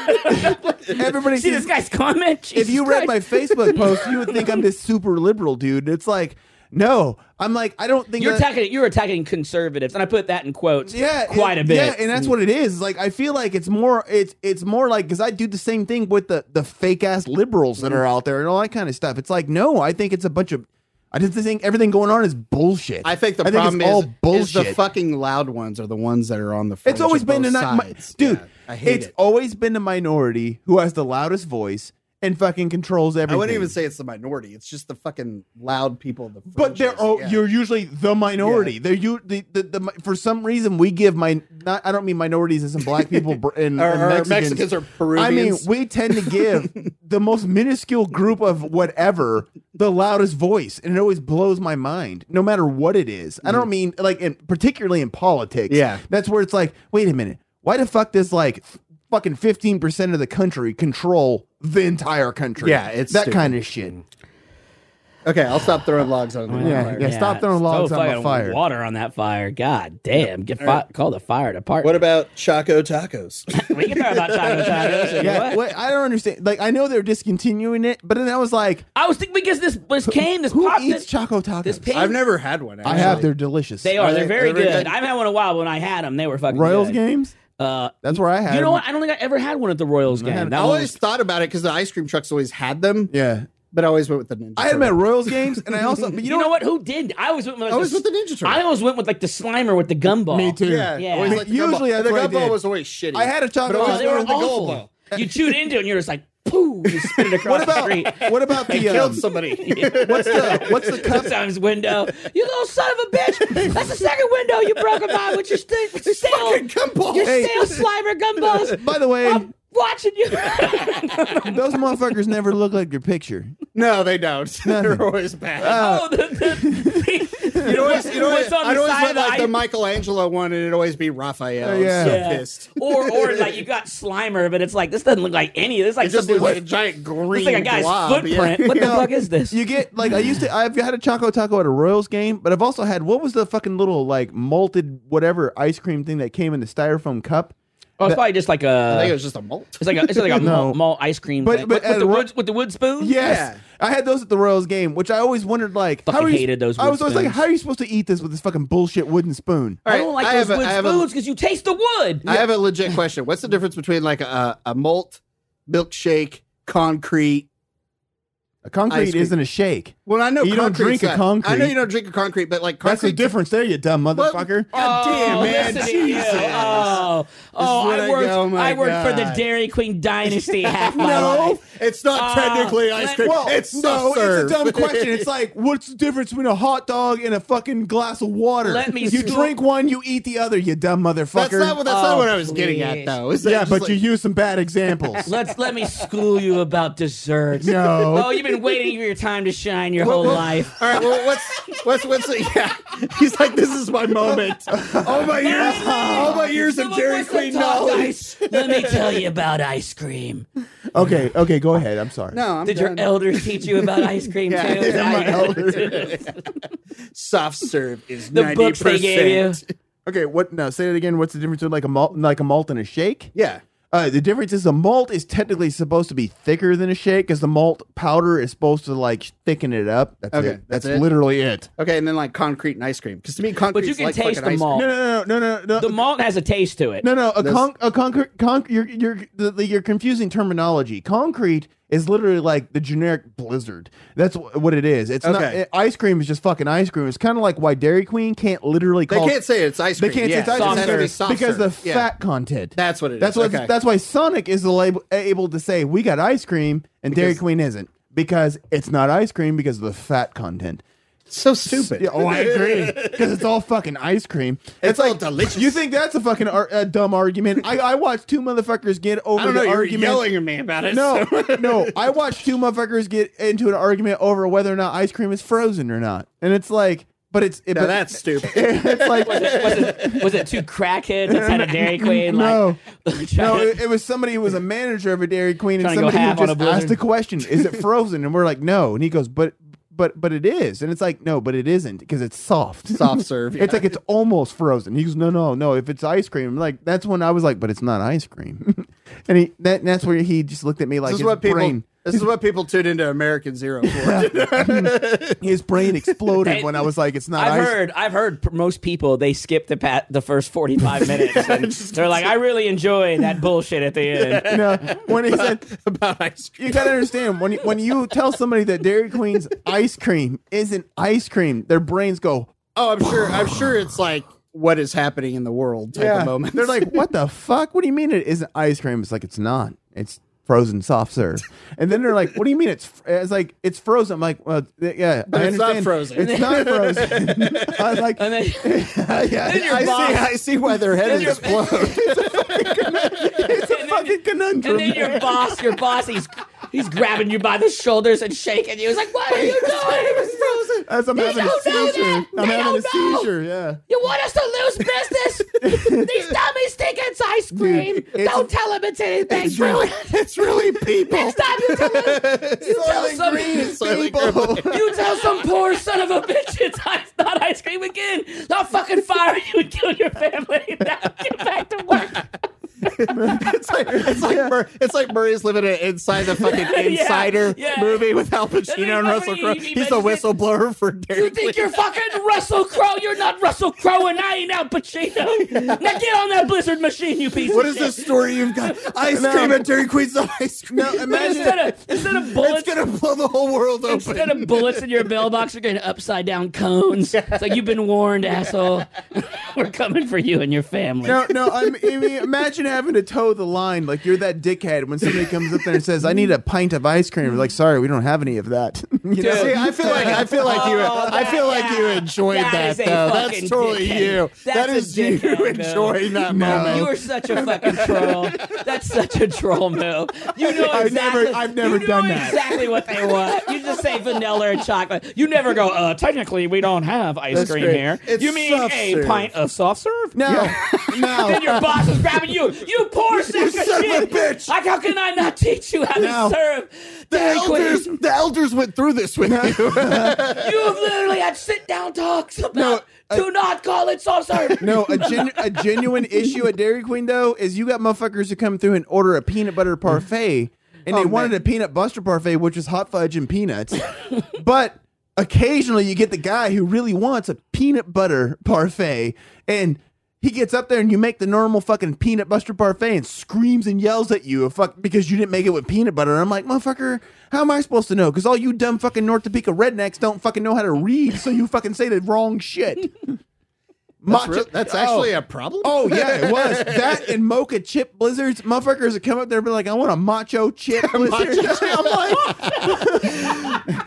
sees. Everybody
See this
sees.
guy's comment?
If
Jesus
you read
Christ.
my Facebook post, you would think I'm this super liberal dude. It's like, no, I'm like, I don't think
You're
that-
attacking you're attacking conservatives, and I put that in quotes.
yeah
quite
it-
a bit.
yeah and that's what it is like i feel like it's more it's it's more like because i do the same thing with the the fake ass liberals that are out there and all that kind of stuff it's like no i think it's a bunch of i just think everything going on is bullshit
I think the
it's
problem is,
all
is
bullshit
the fucking loud ones are the ones that are on the. fringe
it's always
of
been
both
a not, mi-
sides.
dude
Yeah, I hate
it's
it.
always been the minority who has the loudest voice and fucking controls
I
everything
wouldn't even say it's the minority. It's just the fucking loud people. The
But they're
fringes.
oh,
Yeah.
you're usually the minority. They're you the, the, the mi- for some reason we give my not I don't mean minorities as in
*laughs*
black people br- and,
Or-
and
or
Mexicans.
Mexicans or
I mean
Peruvians.
we tend to give
*laughs*
the most minuscule group of whatever the loudest voice, and it always blows my mind, no matter what it is. I don't mean like in, particularly in politics.
Mm. Yeah.
that's where it's like, wait a minute, why the fuck does like f- fucking fifteen percent of the country control the entire country?
Yeah, it's
that
stupid.
kind of shit.
Okay, I'll stop throwing logs on the
Yeah,
fire.
yeah. Stop throwing logs
Throw
on my
fucking
fire.
Water on that fire. God damn. Get fi- call the fire
What
department.
about Choco Tacos?
*laughs* we can talk
*laughs*
about Taco Tacos. and
Yeah,
what?
wait, I don't understand. Like, I know they're discontinuing it, but then I was like,
I was thinking because this this came this
who
popped
eats
this,
Choco Tacos?
this
*coughs*
pig.
I've never had one. Actually.
I have. They're delicious.
They are. They're very
Every
good.
day-
I've had one a while. but When I had them, they were fucking
Royals
good.
games.
Uh,
That's where I had.
you know
them.
what? I don't think I ever had one at the Royals game.
I
That
always
was,
thought about it because the ice cream trucks always had them,
Yeah,
but I always went with the ninja.
I had them at
Turtle.
Royals games, and I also. But
you,
you,
*laughs* know,
know,
what? Who did? I always went with. Like
I was
the,
with the Ninja Turtle.
I always went with like the Slimer with the gumball.
Me too.
yeah,
Yeah.
always like the
Usually,
gumball.
I think I
the gumball
did.
was always shitty.
I had a Choco.
But I
Oh,
was
they were
with the
awful.
gold
You chewed into it and you're just like, poo, you
*laughs*
spit it
what
across the street.
about what about the um,
killed somebody.
*laughs*
*laughs*
what's the what's the cup?
*laughs* Sometimes window. You little son of a bitch. That's the second window you broke about with
*laughs*
your st- stale,
Fucking gumball.
your
Hey.
stale
*laughs*
slimer gumballs.
By the way,
I'm watching you. *laughs*
Uh,
those motherfuckers never look like their picture.
No, they don't. *laughs* They're always bad.
Uh,
oh, the, the,
You'd always, you'd always,
what's on the
I'd always
side
want
of the
like the
ice-
Michelangelo one, and it'd always be Raphael.
Oh, yeah.
I'm so
Yeah.
pissed.
or
*laughs*
or like you got Slimer, but it's like this doesn't look like any of this. Like
It just
some
looks
dude-
like a giant green
looks like a guy's
blob.
*laughs*
yeah. *laughs*
footprint. What the fuck is this?
You get like I used to. I've had a Choco Taco at a Royals game, but I've also had what was the fucking little like malted whatever ice cream thing that came in the styrofoam cup.
oh, it's probably just like
I think it
a.
was just a malt.
It's like a, it's
*laughs*
like a
No.
malt, malt ice cream,
But-
thing.
but
with, with
at
the
Ro-
wood with the wood spoon.
Yes. I had those at the Royals game, which I always wondered, like,
Fucking
how are you,
hated those
I
wood
was always like,
spoons.
how are you supposed to eat this with this fucking bullshit wooden spoon?
All
I don't
right,
like
I
those
have a-
wood
I have a-
spoons because you taste the wood.
I have a legit question. What's the difference between like a, a malt milkshake, concrete?
A concrete
Ice cream.
isn't a shake.
Well, I know
You don't
concrete's
drink a
not-
concrete.
I know you don't drink a concrete, but like
That's the
concrete
difference there, you dumb motherfucker.
God damn, man.
listen to you.
Jesus.
Oh, oh,
what
I
I
worked.
go, my
I worked for the
God.
Dairy Queen dynasty half
*laughs*
my
No,
life.
it's not
Uh,
technically ice
let-
cream.
Well,
it's
no,
soft-serve.
it's *laughs*
*laughs*
a dumb question. It's like, what's the difference between a hot dog and a fucking glass of water?
Let me
you
scoop-
drink one, you eat the other, you dumb motherfucker.
that's not what that's not
Oh,
what I was getting at
please.
though. Is that
yeah,
just
but
like-
you use some bad examples.
Let's *laughs* let me school you about
*laughs*
desserts.
No.
Oh, you've been waiting for your time to shine your whole
well,
life.
All right, well, what's what's what's *laughs* the, yeah? He's like, this is my moment. All my years, all my years of
Someone
Dairy
wants to
Queen
talk
knowledge.
ice. Let me tell you about ice cream.
okay, okay, go ahead. I'm sorry.
No, *laughs* I'm
Did your
done.
*laughs* elders teach you about ice
*laughs*
cream
Yeah,
too?
they're my
I-
elders. soft serve is
The
90%.
books they gave you.
Okay, what? No, say that again. What's the difference between like a malt, like a malt and a shake?
Yeah.
Uh, the difference is the malt is technically supposed to be thicker than a shake because the malt powder is supposed to like thicken it up. That's
Okay,
it. That's,
that's it?
literally it.
Okay, and then like concrete and ice cream. Because to me, concrete.
you can
like
taste
fucking
the
ice
malt.
No, no, no, no, no, no.
The malt has a taste to it.
no, no, a con- a concrete, con- you're you're the, the, you're confusing terminology. Concrete is literally like the generic blizzard. That's wh- what it is. It's not
Okay.
it- ice cream is just fucking ice cream. It's kind of like why Dairy Queen can't literally
Cream.
call
They can't say it's ice
they
cream.
can't
yeah.
say it's ice
It's gotta be
cream
soft
because the
serve. Yeah.
fat content.
That's what it is.
That's why.
Okay.
That's why Sonic is the lab- able to say we got ice cream and Dairy
Because-
Queen isn't because it's not ice cream because of the fat content.
so stupid.
Yeah, oh, I agree because it's all fucking ice cream.
It's all delicious.
You think that's a fucking ar- a dumb argument? I, I watched two motherfuckers get over
I don't
the
know. You're
argument.
yelling at me about it. *laughs*
No,
so-
no. I watched two motherfuckers get into an argument over whether or not ice cream is frozen or not, and it's like, but it's it,
Now
but- *laughs*
that's stupid. *laughs*
it's like
Was it, was it two crackheads inside a Dairy
*laughs*
Queen?
No.
Like, *laughs*
No, it, it was somebody who was a manager of a Dairy Queen, and
Trying to go
somebody who
half on a
just
blizzard.
asked the question, "Is it frozen?" And we're like, "No," and he goes, "But, but, but it is," and it's like, "No, but it isn't because it's soft,
Soft serve,
It's
yeah.
like it's almost frozen." He goes, "No, no, no. If it's ice cream, like that's when I was like, but it's not ice cream." *laughs* and he that, that's where he just looked at me like
this is
his
what
*laughs*
people.
brain,
This is what people tune into American
*laughs*
Zero for.
his brain exploded
That-
when *laughs* I was like, "It's not
I've
ice."
heard. I've heard p- most people they skip the pat the first
*laughs*
forty five minutes. And they're like, I really enjoy that bullshit at the end.
No, when he said
*laughs* about ice cream.
you gotta understand when you, when you tell somebody that Dairy *laughs* Queen's ice cream isn't ice cream, their brains go,
Oh, I'm sure. I'm sure it's like what is happening in the world type of moment.
They're like, what
*laughs*
the fuck? What do you mean it isn't ice cream? It's like, it's not. It's frozen soft serve. And then they're like, what do you mean it's, fr- it's like, it's frozen. I'm like, well, th- yeah, I
it's not
understand.
frozen.
It's
*laughs*
not frozen. I was like,
And then
*laughs* yeah,
then
*laughs*
your
I see.
boss-
I see why their head *laughs*
*laughs*
your-
explodes.
it's a fucking
and
conundrum. *laughs*
then your boss, your boss, he's he's grabbing you by the shoulders and shaking you. He's like, What
*laughs*
are you doing?
As I'm having a
don't know
seizure.
that.
I'm
They
having a
don't know.
seizure, yeah.
You want us to lose business? These dummies think it's ice cream. Don't tell them it's anything. It's really,
*laughs* it's really people. *laughs*
it's not. You tell, them, you tell some *laughs* You tell some poor son of a bitch it's ice, not ice cream again. I'll fucking fire you and kill your family. *laughs* Now get back to work.
it's like
*laughs*
it's like Mur- it's like Murray's living in inside the fucking insider
yeah.
movie with Al
And he
Pacino and Russell
fucking-
Crowe.
he- he
He's the
mentions
whistleblower for Dairy
You think you're fucking Russell Crowe? You're not Russell Crowe, and I ain't Al Pacino. Now get on that Blizzard machine, you piece
What
of
is
shit.
this story
*laughs*
you've got? Ice cream at Dairy Queen's the ice cream. No, *laughs*
*laughs*
Instead of, instead of bullets,
it's gonna blow the whole world open.
Instead of
*laughs*
bullets in your mailbox, you're getting upside down cones. It's like you've been warned, asshole. *laughs* We're coming for you and your family.
No, no. I'm, I mean, imagine having to toe the line. Like you're that dickhead when somebody comes up there and says, "I need a pint of ice cream." You're like, "Sorry, we don't have any of that." *laughs* You know?
See, I feel like I feel
*laughs*
like you.
Oh,
I feel
that-
like you
yeah.
enjoyed
That
that,
is a
though.
fucking
That's totally
dickhead.
you. That
That's a
is you
dickhead, Bill.
enjoying that moment.
You are such a fucking troll. That's such a troll move. You know
I've
exactly.
never- I've never
you know
done that.
Exactly what they want. You just say vanilla and chocolate. You never go. Uh, technically, we don't have ice cream
great.
here.
It's
you mean
soft
a
serve.
pint of soft serve?
no,
Then
no.
your boss is grabbing you. You poor sack of
son of a
shit.
bitch.
Like, how can I not teach you how
No.
to serve?
The
Dairy Queen?
elders, the elders went through this with you.
You've literally had sit down talks about
No, I-
do not call it soft serve.
No, a, genu- a genuine issue at Dairy Queen though is you got motherfuckers who come through and order a peanut butter parfait, and
Oh,
they wanted a peanut buster parfait, which is hot fudge and peanuts. but occasionally, you get the guy who really wants a peanut butter parfait, and he gets up there and you make the normal fucking peanut butter parfait and screams and yells at you fuck because you didn't make it with peanut butter. I'm like, motherfucker, how am I supposed to know? Because all you dumb fucking North Topeka rednecks don't fucking know how to read, so you fucking say the wrong
*laughs*
shit. Matcha-
That's
Oh.
actually a problem.
Oh yeah, it was that and mocha chip blizzards. Motherfuckers would come up there and be like, "I want a macho
*laughs*
chip blizzard." *laughs* I'm like,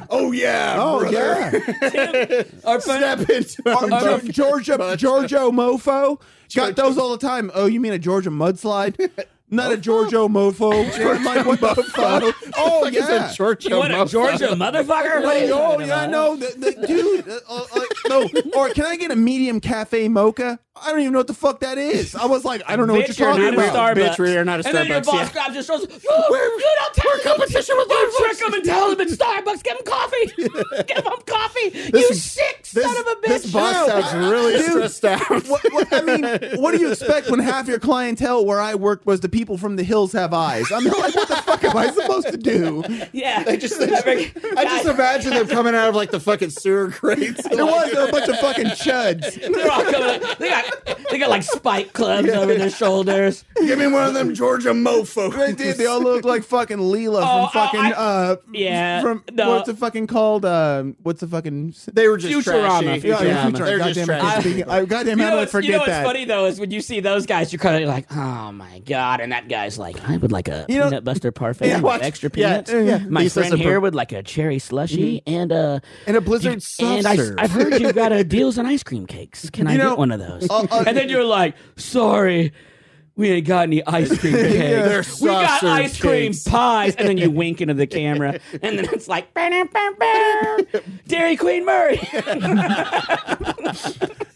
*laughs* Oh yeah.
"Oh
brother.
yeah,
Our friend-
Step into our
Our
joke.
Ge- Oh, Georgia Giorgio mofo got those all the time." Oh, you mean a Georgia *laughs* mudslide? Not a Giorgio *laughs* mofo. I'm like, what the fuck? Oh
Like, it's
yeah.
a Georgia
you want a
muffin.
Georgia motherfucker? What are you
Oh
talking
yeah,
about?
no, the, the, dude. uh, uh, uh, no, or can I get a medium cafe mocha? I don't even know what the fuck that is. I was like, I don't know
Bitch,
what you're
you're
talking
not a
about.
Starbucks.
Bitch, we are not a
and then your
Starbucks,
boss
yeah.
grabs your shoulders. "Oh, you don't tell we're competition with you trick them and tell them it's Starbucks. Give them *laughs* coffee. Give them coffee. you sick son of a bitch.
This boss
No,
sounds really
dude.
stressed out.
what, what- I mean, what do you expect when half your clientele where I worked was the people from the hills have eyes? I'm like, what the fuck am I supposed to do?
*laughs* yeah.
I just, I just, I just imagine them coming out of like the fucking sewer grates.
It was a bunch of fucking chuds.
They're all coming. They got, they got like spike clubs over their shoulders.
Give me one of them Georgia mofos.
They did. They all look like fucking Leela
Oh, oh,
from fucking
I-
uh
Yeah,
from
no.
what's it fucking called? Um, what's the fucking
They were just
Futurama,
trashy.
Futurama.
Yeah,
Futurama,
They're just
goddamn it.
trashy.
Speaking- I, goddamn,
*laughs* You
how
know,
do I
what's, you know
forget
what's
that?
funny though is when you see those guys, you're kind of like, oh my god, and that guy's like, I would like a
know-
peanut buster parfait
Yeah,
with
watch-
extra
yeah,
peanuts.
yeah.
My
He says
friend
a per-
here would like a cherry slushy Mm-hmm. and a
And a blizzard
and
soft
I,
serve.
have heard
*laughs*
you've got a deals on ice cream cakes. Can I
You know,
get one of those?
uh, uh,
and then you're like, sorry. We ain't got any ice
*laughs*
cream cakes.
they're
we got
soft-serve
ice cream
cakes.
pies, and then you
*laughs*
wink into the camera, and then it's like, "Bam, bam, bam."
*laughs*
Dairy Queen Murray.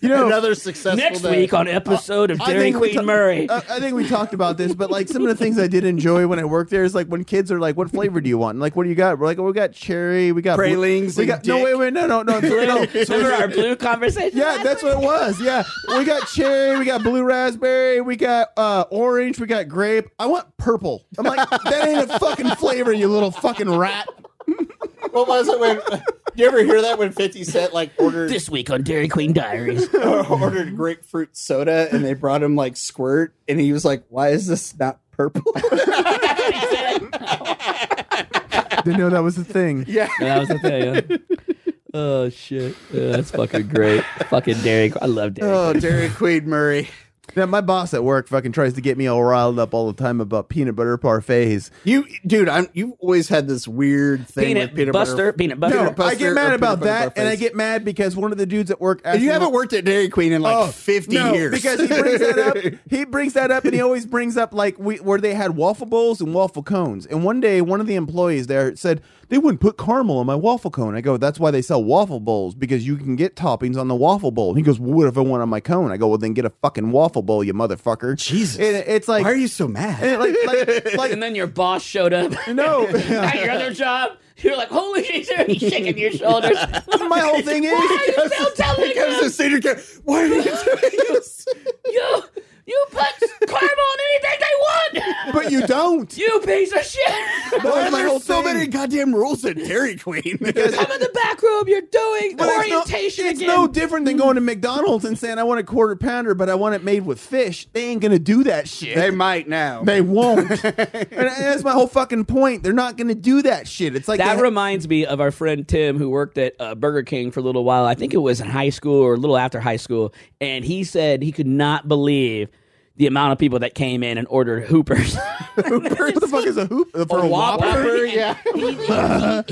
You know,
*laughs* Another successful
Next
day.
week on episode of
Uh, I
Dairy
think we
Queen
ta-
Murray.
Uh, I think we talked about this, but like some of the things I did enjoy when I worked there is like when kids are like, "What flavor do you want?" And like, "What do you got?" We're like, "Oh, "We got cherry, we got
Pralines
we
and
got no
dick.
wait wait no no no, no.
*laughs*
So we
*laughs* Remember
got- *laughs*
our blue conversation?
yeah, that's what it was. Yeah, *laughs* we got cherry, we got blue raspberry, we got uh, orange, we got grape. I want purple. I'm *laughs* like, that ain't a fucking flavor, you little fucking rat.
What was it when? Do you ever hear that when Fifty Cent like *laughs* ordered
This week on Dairy
*laughs*
Queen Diaries.
*laughs* ordered grapefruit soda and they brought him like squirt and he was like, "Why is this not purple?"
Didn't know that was a thing.
yeah.
that was the thing. Oh shit, that's fucking great. fucking Dairy Queen. I love Dairy.
*laughs* Oh, Dairy Queen Murray.
Now my boss at work fucking tries to get me all riled up all the time about peanut butter parfaits.
You, dude, I'm. You've always had this weird thing
Peanut,
with peanut
Buster,
butter.
peanut butter.
No,
I get
Buster
mad
or
about
peanut butter
that, and I
parfaits.
get mad because one of the dudes at work asked
And you
me-
haven't worked at Dairy Queen in like
Oh,
50
no,
years. *laughs*
because he brings that up. He brings that up, and he always brings up like we, where they had waffle bowls and waffle cones. And one day, one of the employees there said they wouldn't put caramel on my waffle cone. I go, that's why they sell waffle bowls because you can get toppings on the waffle bowl. He goes, well, what if I want on my cone? I go, well, then get a fucking waffle Bowl, you motherfucker.
Jesus.
And it- it's like,
Why are you so mad? *laughs*
and it *laughs* like, like, like
*laughs* and then your boss showed up
*laughs*
*laughs*
no.
at your other job. You're like, holy shit, sir.
*laughs*
He's shaking your shoulders. *laughs*
My whole thing is,
Why are you still telling
Because
him?
the senior care. Why are you *laughs* doing this?
You, you put karma on anything they want.
*laughs* *laughs* but you don't.
You piece of shit.
Why are
That's my whole
there so
thing.
many goddamn rules at Dairy Queen? *laughs*
Come in the back room. You're doing
But it's no-
orientation
it's
again.
no different than going to McDonald's and saying, I want a quarter pounder, but I want it made with fish. They ain't going to do that shit.
they might now.
They
*laughs*
won't. and that's my whole fucking point. They're not going to do that shit. It's like
that
they-
reminds me of our friend Tim who worked at uh, Burger King for a little while. I think it was in high school or a little after high school, and he said he could not believe the amount of people that came in and ordered Hoopers. *laughs*
what *laughs* the fuck is a hoop for a
Whop-
whopper?
Yeah. He,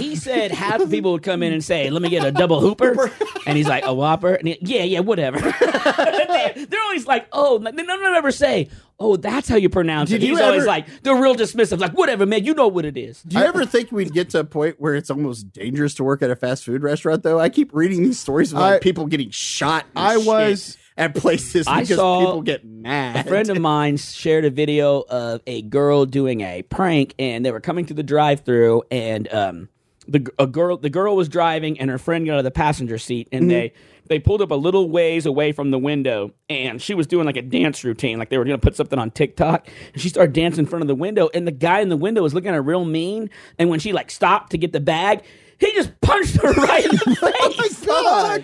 he- he said half the people would come in and say, "Let me get a double Hooper," and he's like, "A Whopper," and he, yeah, yeah, whatever. *laughs* they, are always like, "Oh," they none of them ever say. Oh, that's how you pronounce
Did
it.
you
He's always
ever-
like, they're real dismissive. Like, whatever, man, you know what it is.
Do you ever think we'd get to a point where it's almost dangerous to work at a fast food restaurant? Though I keep reading these stories about
I-
people getting shot. and
I
shit
was-
at places
I
because
saw
people get
a
mad. *laughs*
friend of mine shared a video of a girl doing a prank and they were coming through the drive-through and um the g- a girl the girl was driving and her friend got out of the passenger seat and they they pulled up a little ways away from the window and she was doing like a dance routine like they were going to put something on TikTok and she started dancing in front of the window and the guy in the window was looking at her real mean and when she like stopped to get the bag he just punched her *laughs* right in the
Oh
face.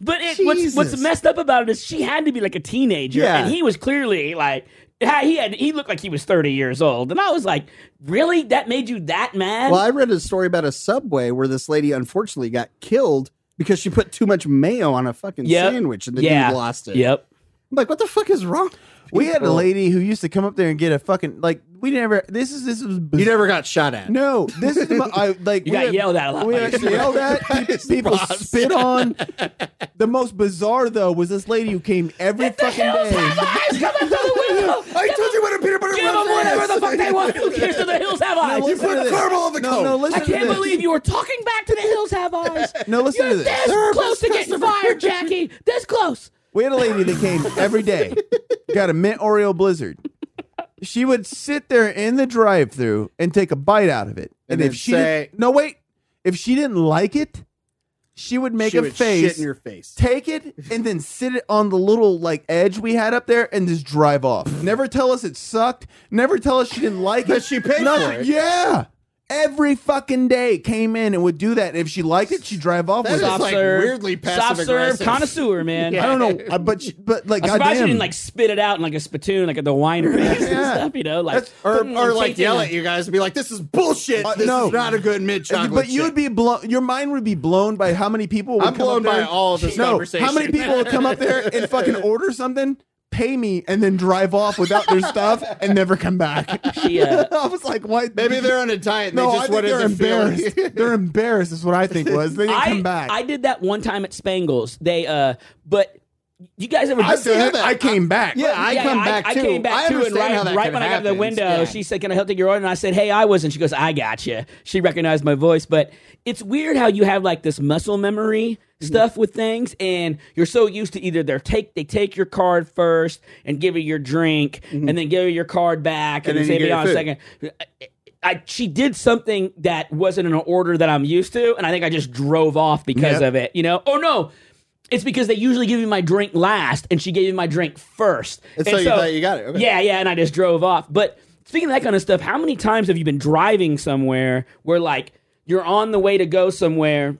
But it, what's what's
Jesus.
messed up about it is she had to be like a teenager,
Yeah.
and he was clearly like ha- he had he looked like he was thirty years old, and I was like, really, that made you that mad?
Well, I read a story about a subway where this lady unfortunately got killed because she put too much mayo on a fucking
Yep.
sandwich and the
yeah,
dude lost it.
Yep.
I'm like, what the fuck is wrong? with
We had a
people?
lady who used to come up there and get a fucking like we never. This is this was
You never got shot at.
No, this is my, I like
You
we
got
had-
yelled at a lot
We
by
got
your
yelled
*laughs*
at. pe- People
boss.
spit on. The most bizarre though was this lady who came every fucking day.
Eyes
*laughs*
coming through the window.
I told you what a peanut butter
Give them whatever the fuck they want. Who cares? To the
*laughs*
hills have eyes.
listen
put
to this.
caramel on the
no,
coat.
No,
I
listen to
can't
this.
believe you were talking back to the
*laughs*
hills have eyes.
No, listen
You're
to this.
this close to getting fired, Jackie. This close.
We had a lady that came every
*laughs*
day, got a mint Oreo blizzard. She would sit there in the drive through and take a bite out of it.
And
if
then
she didn't-
say-
no wait, if she didn't like it, she would make
She
a
would
face,
shit in your face.
take it, and then sit it on the little like edge we had up there and just drive off. Never tell us it sucked. Never tell us she didn't like
But
it.
she paid
Nothing.
for it.
Yeah. Every fucking day came in and would do that. And if she liked it, she'd drive off
That
with
is
it.
Soft
like
serve.
weirdly
Soft serve
passive-aggressive. *laughs*
connoisseur, man.
I don't know, but she, but like
I'm surprised you
goddamn.
didn't like spit it out in like a spittoon, like at the winery and
Yeah.
*laughs* stuff. You know, like
That's-
or,
Mm,
or
I'm
like
taking
yell
a-
at you guys and be like, "This is bullshit.
Uh,
this
no.
is not a good mint chocolate."
but you would be blown. Your mind would be blown by how many people. Would
I'm
come
blown
up
by
there.
all of this
no,
conversation.
How many people would come up there and
*laughs*
fucking order something, pay me, and then drive off without their stuff and never come back?
She, uh,
*laughs* I was like, why?
maybe they're on a diet. And
no.
they
I
just
think
wanted
they're
to feel- *laughs*
embarrassed. they're embarrassed. Is what I think was. They didn't
I,
come back.
I did that one time at Spangles. They uh, but you guys ever?
I still have that.
I came back.
Yeah, I
Yeah,
come back
I
too.
came back
I
too, and
understand
right,
how that
right
could
when I got to the
happen.
window,
Yeah.
she said, "Can I help take your order?" And I said, "Hey, I was." And she goes, "I got you." She recognized my voice, but it's weird how you have like this muscle memory
Mm-hmm.
stuff with things, and you're so used to either they take they take your card first and give you your drink, and then give you your card back, and,
Mm-hmm. And
say,
then you get
"Hang on a
your
second. I- I, she did something that wasn't in an order that I'm used to, and I think I just drove off because
Yep.
of it. You know? Oh no, it's because they usually give you my drink last, and she gave me my drink first.
And so you thought you got it. Okay.
Yeah, yeah, and I just drove off. But speaking of that kind of stuff, how many times have you been driving somewhere where like you're on the way to go somewhere,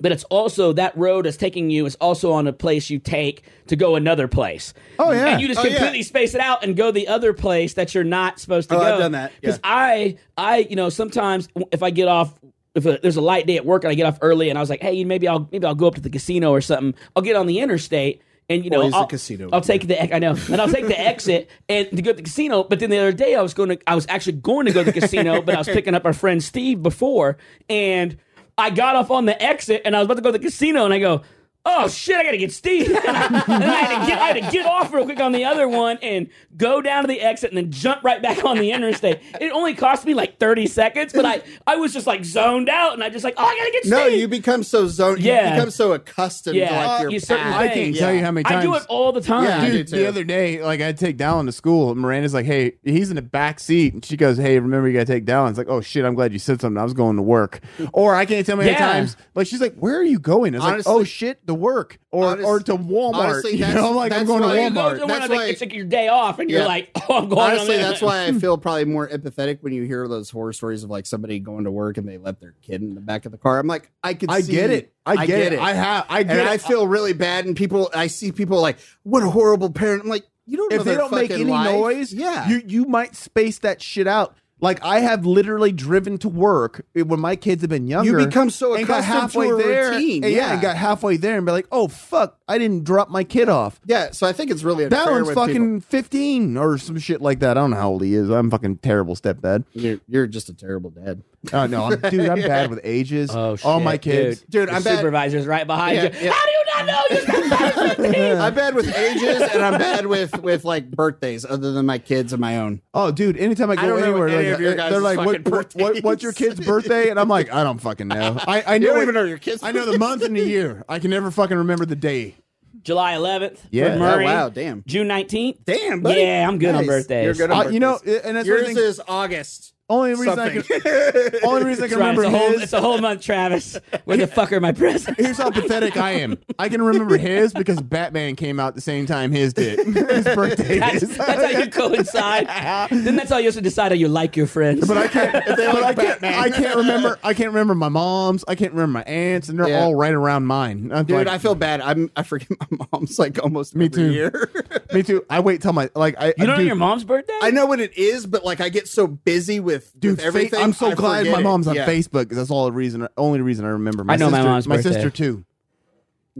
but it's also that road that's taking you is also on a place you take to go another place. Oh
yeah.
and you just
Oh, yeah.
completely space it out and go the other place that you're not supposed to
Oh,
go.
I've done that, yeah.
because I, I, you know, sometimes if I get off. If a, there's a light day at work and I get off early and I was like, hey, maybe I'll maybe I'll go up to the casino or something. I'll get on the interstate and you know
Always the
I'll,
casino.
I'll take the ex- I know, and I'll take the exit and to go to the casino. But then the other day I was going to I was actually going to go to the casino, but I was picking up our friend Steve before, and I got off on the exit and I was about to go to the casino, and I go. oh shit, I gotta get Steve. *laughs* and I, and I had to get, I had to get off real quick on the other one and go down to the exit and then jump right back on the interstate. It only cost me like 30 seconds, but I, I was just like zoned out and I just like, oh, I gotta get Steve.
No, you become so zoned.
Yeah.
You become so accustomed
Yeah.
to like your
You certain
path.
I can't
Yeah.
tell you how many times.
I do it all the time.
Yeah, I do
Dude,
too.
the other day, like I take Dallin to school, and Miranda's like, "Hey, he's in the back seat," and she goes, "Hey, remember you gotta take Dallin." It's like, "Oh shit, I'm glad you said something. I was going to work." Or I can't tell how many
Yeah.
times, like she's like, "Where are you going?" I was
Honestly-
like, "Oh shit, the work," or
Honest-
or to Walmart.
honestly,
you
that's-
know, I'm like, I'm
that's
going to
why-
Oh, You go
Walmart.
to one,
That's
it's like-
why-
it's like your day off, and you're
Yeah.
like, *laughs* "Oh, I'm going." on
Honestly,
the-
that's why
*laughs*
I feel probably more empathetic when you hear those horror stories of like somebody going to work and they left their kid in the back of the car. I'm like, I could.
I
see-
get it. I get, it. I have. I get.
and
it.
I feel really bad. And people, I see people like, what a horrible parent. I'm like, you don't. know
if they
their
don't make
fucking
any
life.
noise,
yeah,
you you might space that shit out. Like I have literally driven to work when my kids have been younger.
become so
and got
accustomed
halfway
to a
there,
routine,
and yeah,
yeah.
and got halfway there and be like, "Oh fuck, I didn't drop my kid off."
yeah. So I think it's really
That
unfair
one's
with
fucking
people.
fifteen or some shit like that. I don't know how old he is. I'm fucking terrible stepdad.
You're, you're just a terrible dad.
Uh, no, I'm, dude, I'm bad with ages.
*laughs* Oh,
All
shit,
my kids.
dude.
Dude,
Your
I'm bad-
supervisor's right behind
Yeah,
you.
yeah.
How do you not know? You're not
Uh-huh.
I'm bad with ages, and I'm bad with with like birthdays, other than my kids and my own.
Oh, dude! Anytime I
I
go
don't know
anywhere,
any
like,
of your
they're
guys'
like,
fucking
what, what, what- "What's your
birthdays."
kid's birthday?" And I'm like, "I don't fucking know. I, I know
You don't
it-
even know your kids.
I know the month and the year. I can never fucking remember the day.
*laughs* July 11th. for
Yeah.
Oh,
Murray.
wow, damn,
June 19th.
damn, buddy.
Yeah, I'm good on birthdays.
You're good on
Uh, you know,
birthdays.
and that's
yours
the thing.
is August.
Only reason I
something.
can, only reason I can
That's
remember
right, it's, a whole,
his.
it's a whole month, Travis. Where the fuck are my presents? *laughs*
Here's how pathetic I am. I can remember his because Batman came out the same time his did. His birthday
That's,
is.
that's how you coincide. then that's how you also decide how you like your friends.
But I can't. but I can't. I can't remember. I can't remember my mom's. I can't remember my aunts, and they're
Yeah.
all right around mine. I'm
Dude,
like,
I feel bad. I'm I forget my mom's like almost
Me
every
too.
*laughs* year.
me too. I wait till my like. I
you don't know
dude,
your mom's birthday?
I know what it is, but like I get so busy with
Dude,
with everything.
fa- I'm so
I
glad
forget
my
it.
mom's on
Yeah.
Facebook. 'cause That's all the reason. Only reason I remember. My
I know my
sister,
mom's
My
birthday.
sister too.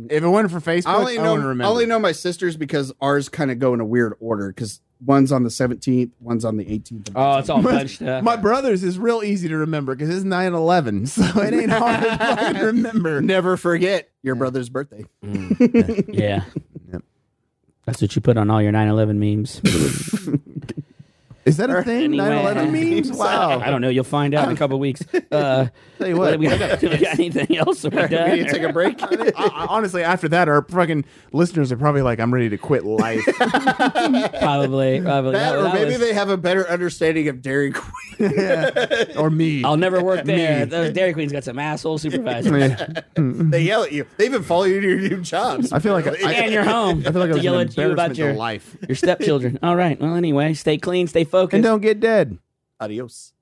If it weren't for Facebook,
I
I,
only know
wouldn't remember.
I only know my sisters because ours kind of go in a weird order because one's on the 17th, one's on the 18th.
Oh, it's all bunched up.
My brother's is real easy to remember because it's 9 11, *laughs* so it ain't hard to fucking remember.
Never forget your brother's birthday.
yeah. That's what you put on all your 9/11 memes.
Is that a thing? 9 11
Anyway. *laughs*
memes? Wow.
I don't know. You'll find out in a couple weeks. Uh,
Tell you what. *laughs*
*laughs* we got, do we got anything else? Are we done?
We need to take a break.
I- I- honestly, after that, our fucking listeners are probably like, I'm ready to quit
*laughs*
life.
*laughs* probably, probably.
That,
That-
or
that
maybe
was-
they have a better understanding of Dairy Queen.
or me.
I'll never work there. Those Dairy Queen's got some asshole supervisors.
They yell at you. They even follow you to your new jobs.
I feel like I,
*laughs* and your home.
I feel like I
*laughs* to
was
yell
an
at you
embarrassment
about your
to life.
your stepchildren. All right. Well, anyway, stay clean, stay focused.
And don't get dead.
Adios.